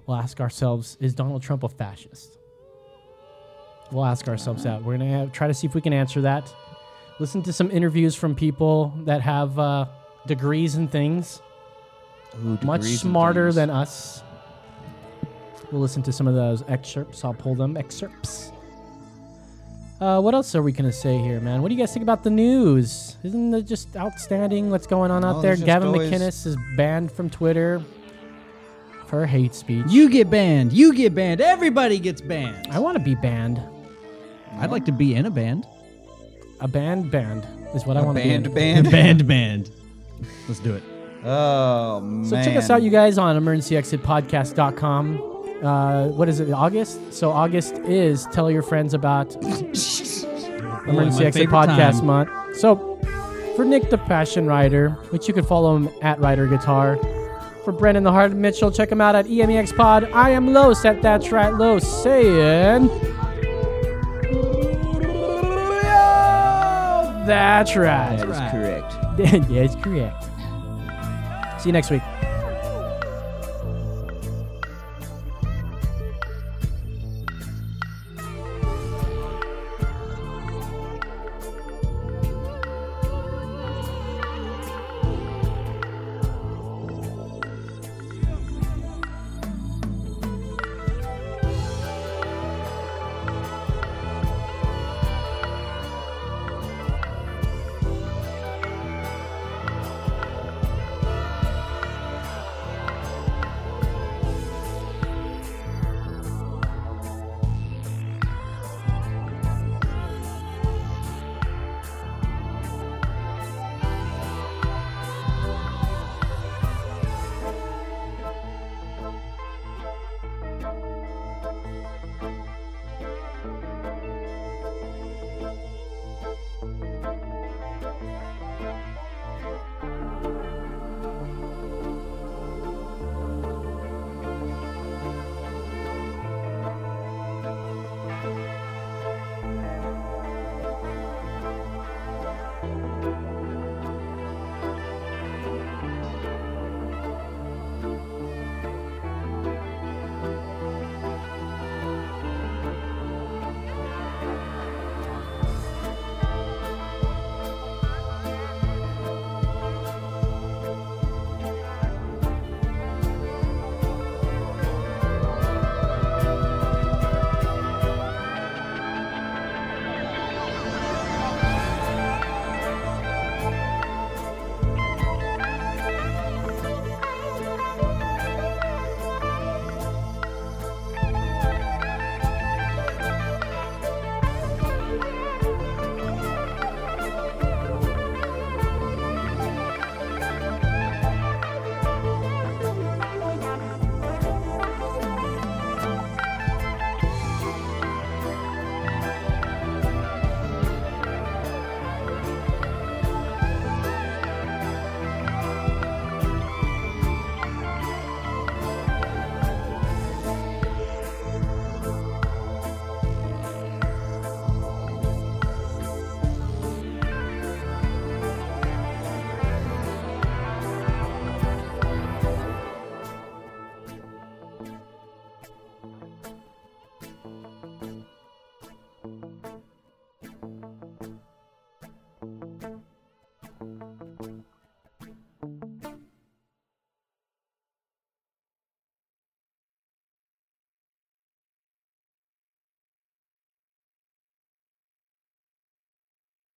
[SPEAKER 4] We'll ask ourselves: Is Donald Trump a fascist? We'll ask ourselves that. We're gonna have, try to see if we can answer that. Listen to some interviews from people that have uh, degrees and things, much
[SPEAKER 1] degrees and
[SPEAKER 4] smarter than us. We'll listen to some of those excerpts. I'll pull them excerpts. Uh, what else are we gonna say here, man? What do you guys think about the news? Isn't it just outstanding what's going on out
[SPEAKER 1] Oh,
[SPEAKER 4] there?
[SPEAKER 1] there's just
[SPEAKER 4] Gavin
[SPEAKER 1] always-
[SPEAKER 4] McInnes is banned from Twitter for hate speech.
[SPEAKER 10] You get banned. You get banned. Everybody gets banned.
[SPEAKER 4] I want to be banned.
[SPEAKER 10] I'd like to be in a band.
[SPEAKER 4] A band band is what I
[SPEAKER 1] A
[SPEAKER 4] want to
[SPEAKER 1] band
[SPEAKER 4] be. in.
[SPEAKER 1] band?
[SPEAKER 10] A band band. Let's do it.
[SPEAKER 1] Oh man.
[SPEAKER 4] So check us out, you guys, on emergencyexitpodcast.com. Uh, what is it? August. So August is tell your friends about Emergency
[SPEAKER 10] my
[SPEAKER 4] Exit
[SPEAKER 10] favorite
[SPEAKER 4] Podcast
[SPEAKER 10] time.
[SPEAKER 4] Month. So for Nick the Passion Rider, which you can follow him at Rider Guitar. For Brendan the Hard Mitchell, check him out at E EMEX Pod. I am Los at That's Right Los saying. That's right.
[SPEAKER 1] That is correct.
[SPEAKER 4] yeah, it's correct. See you next week.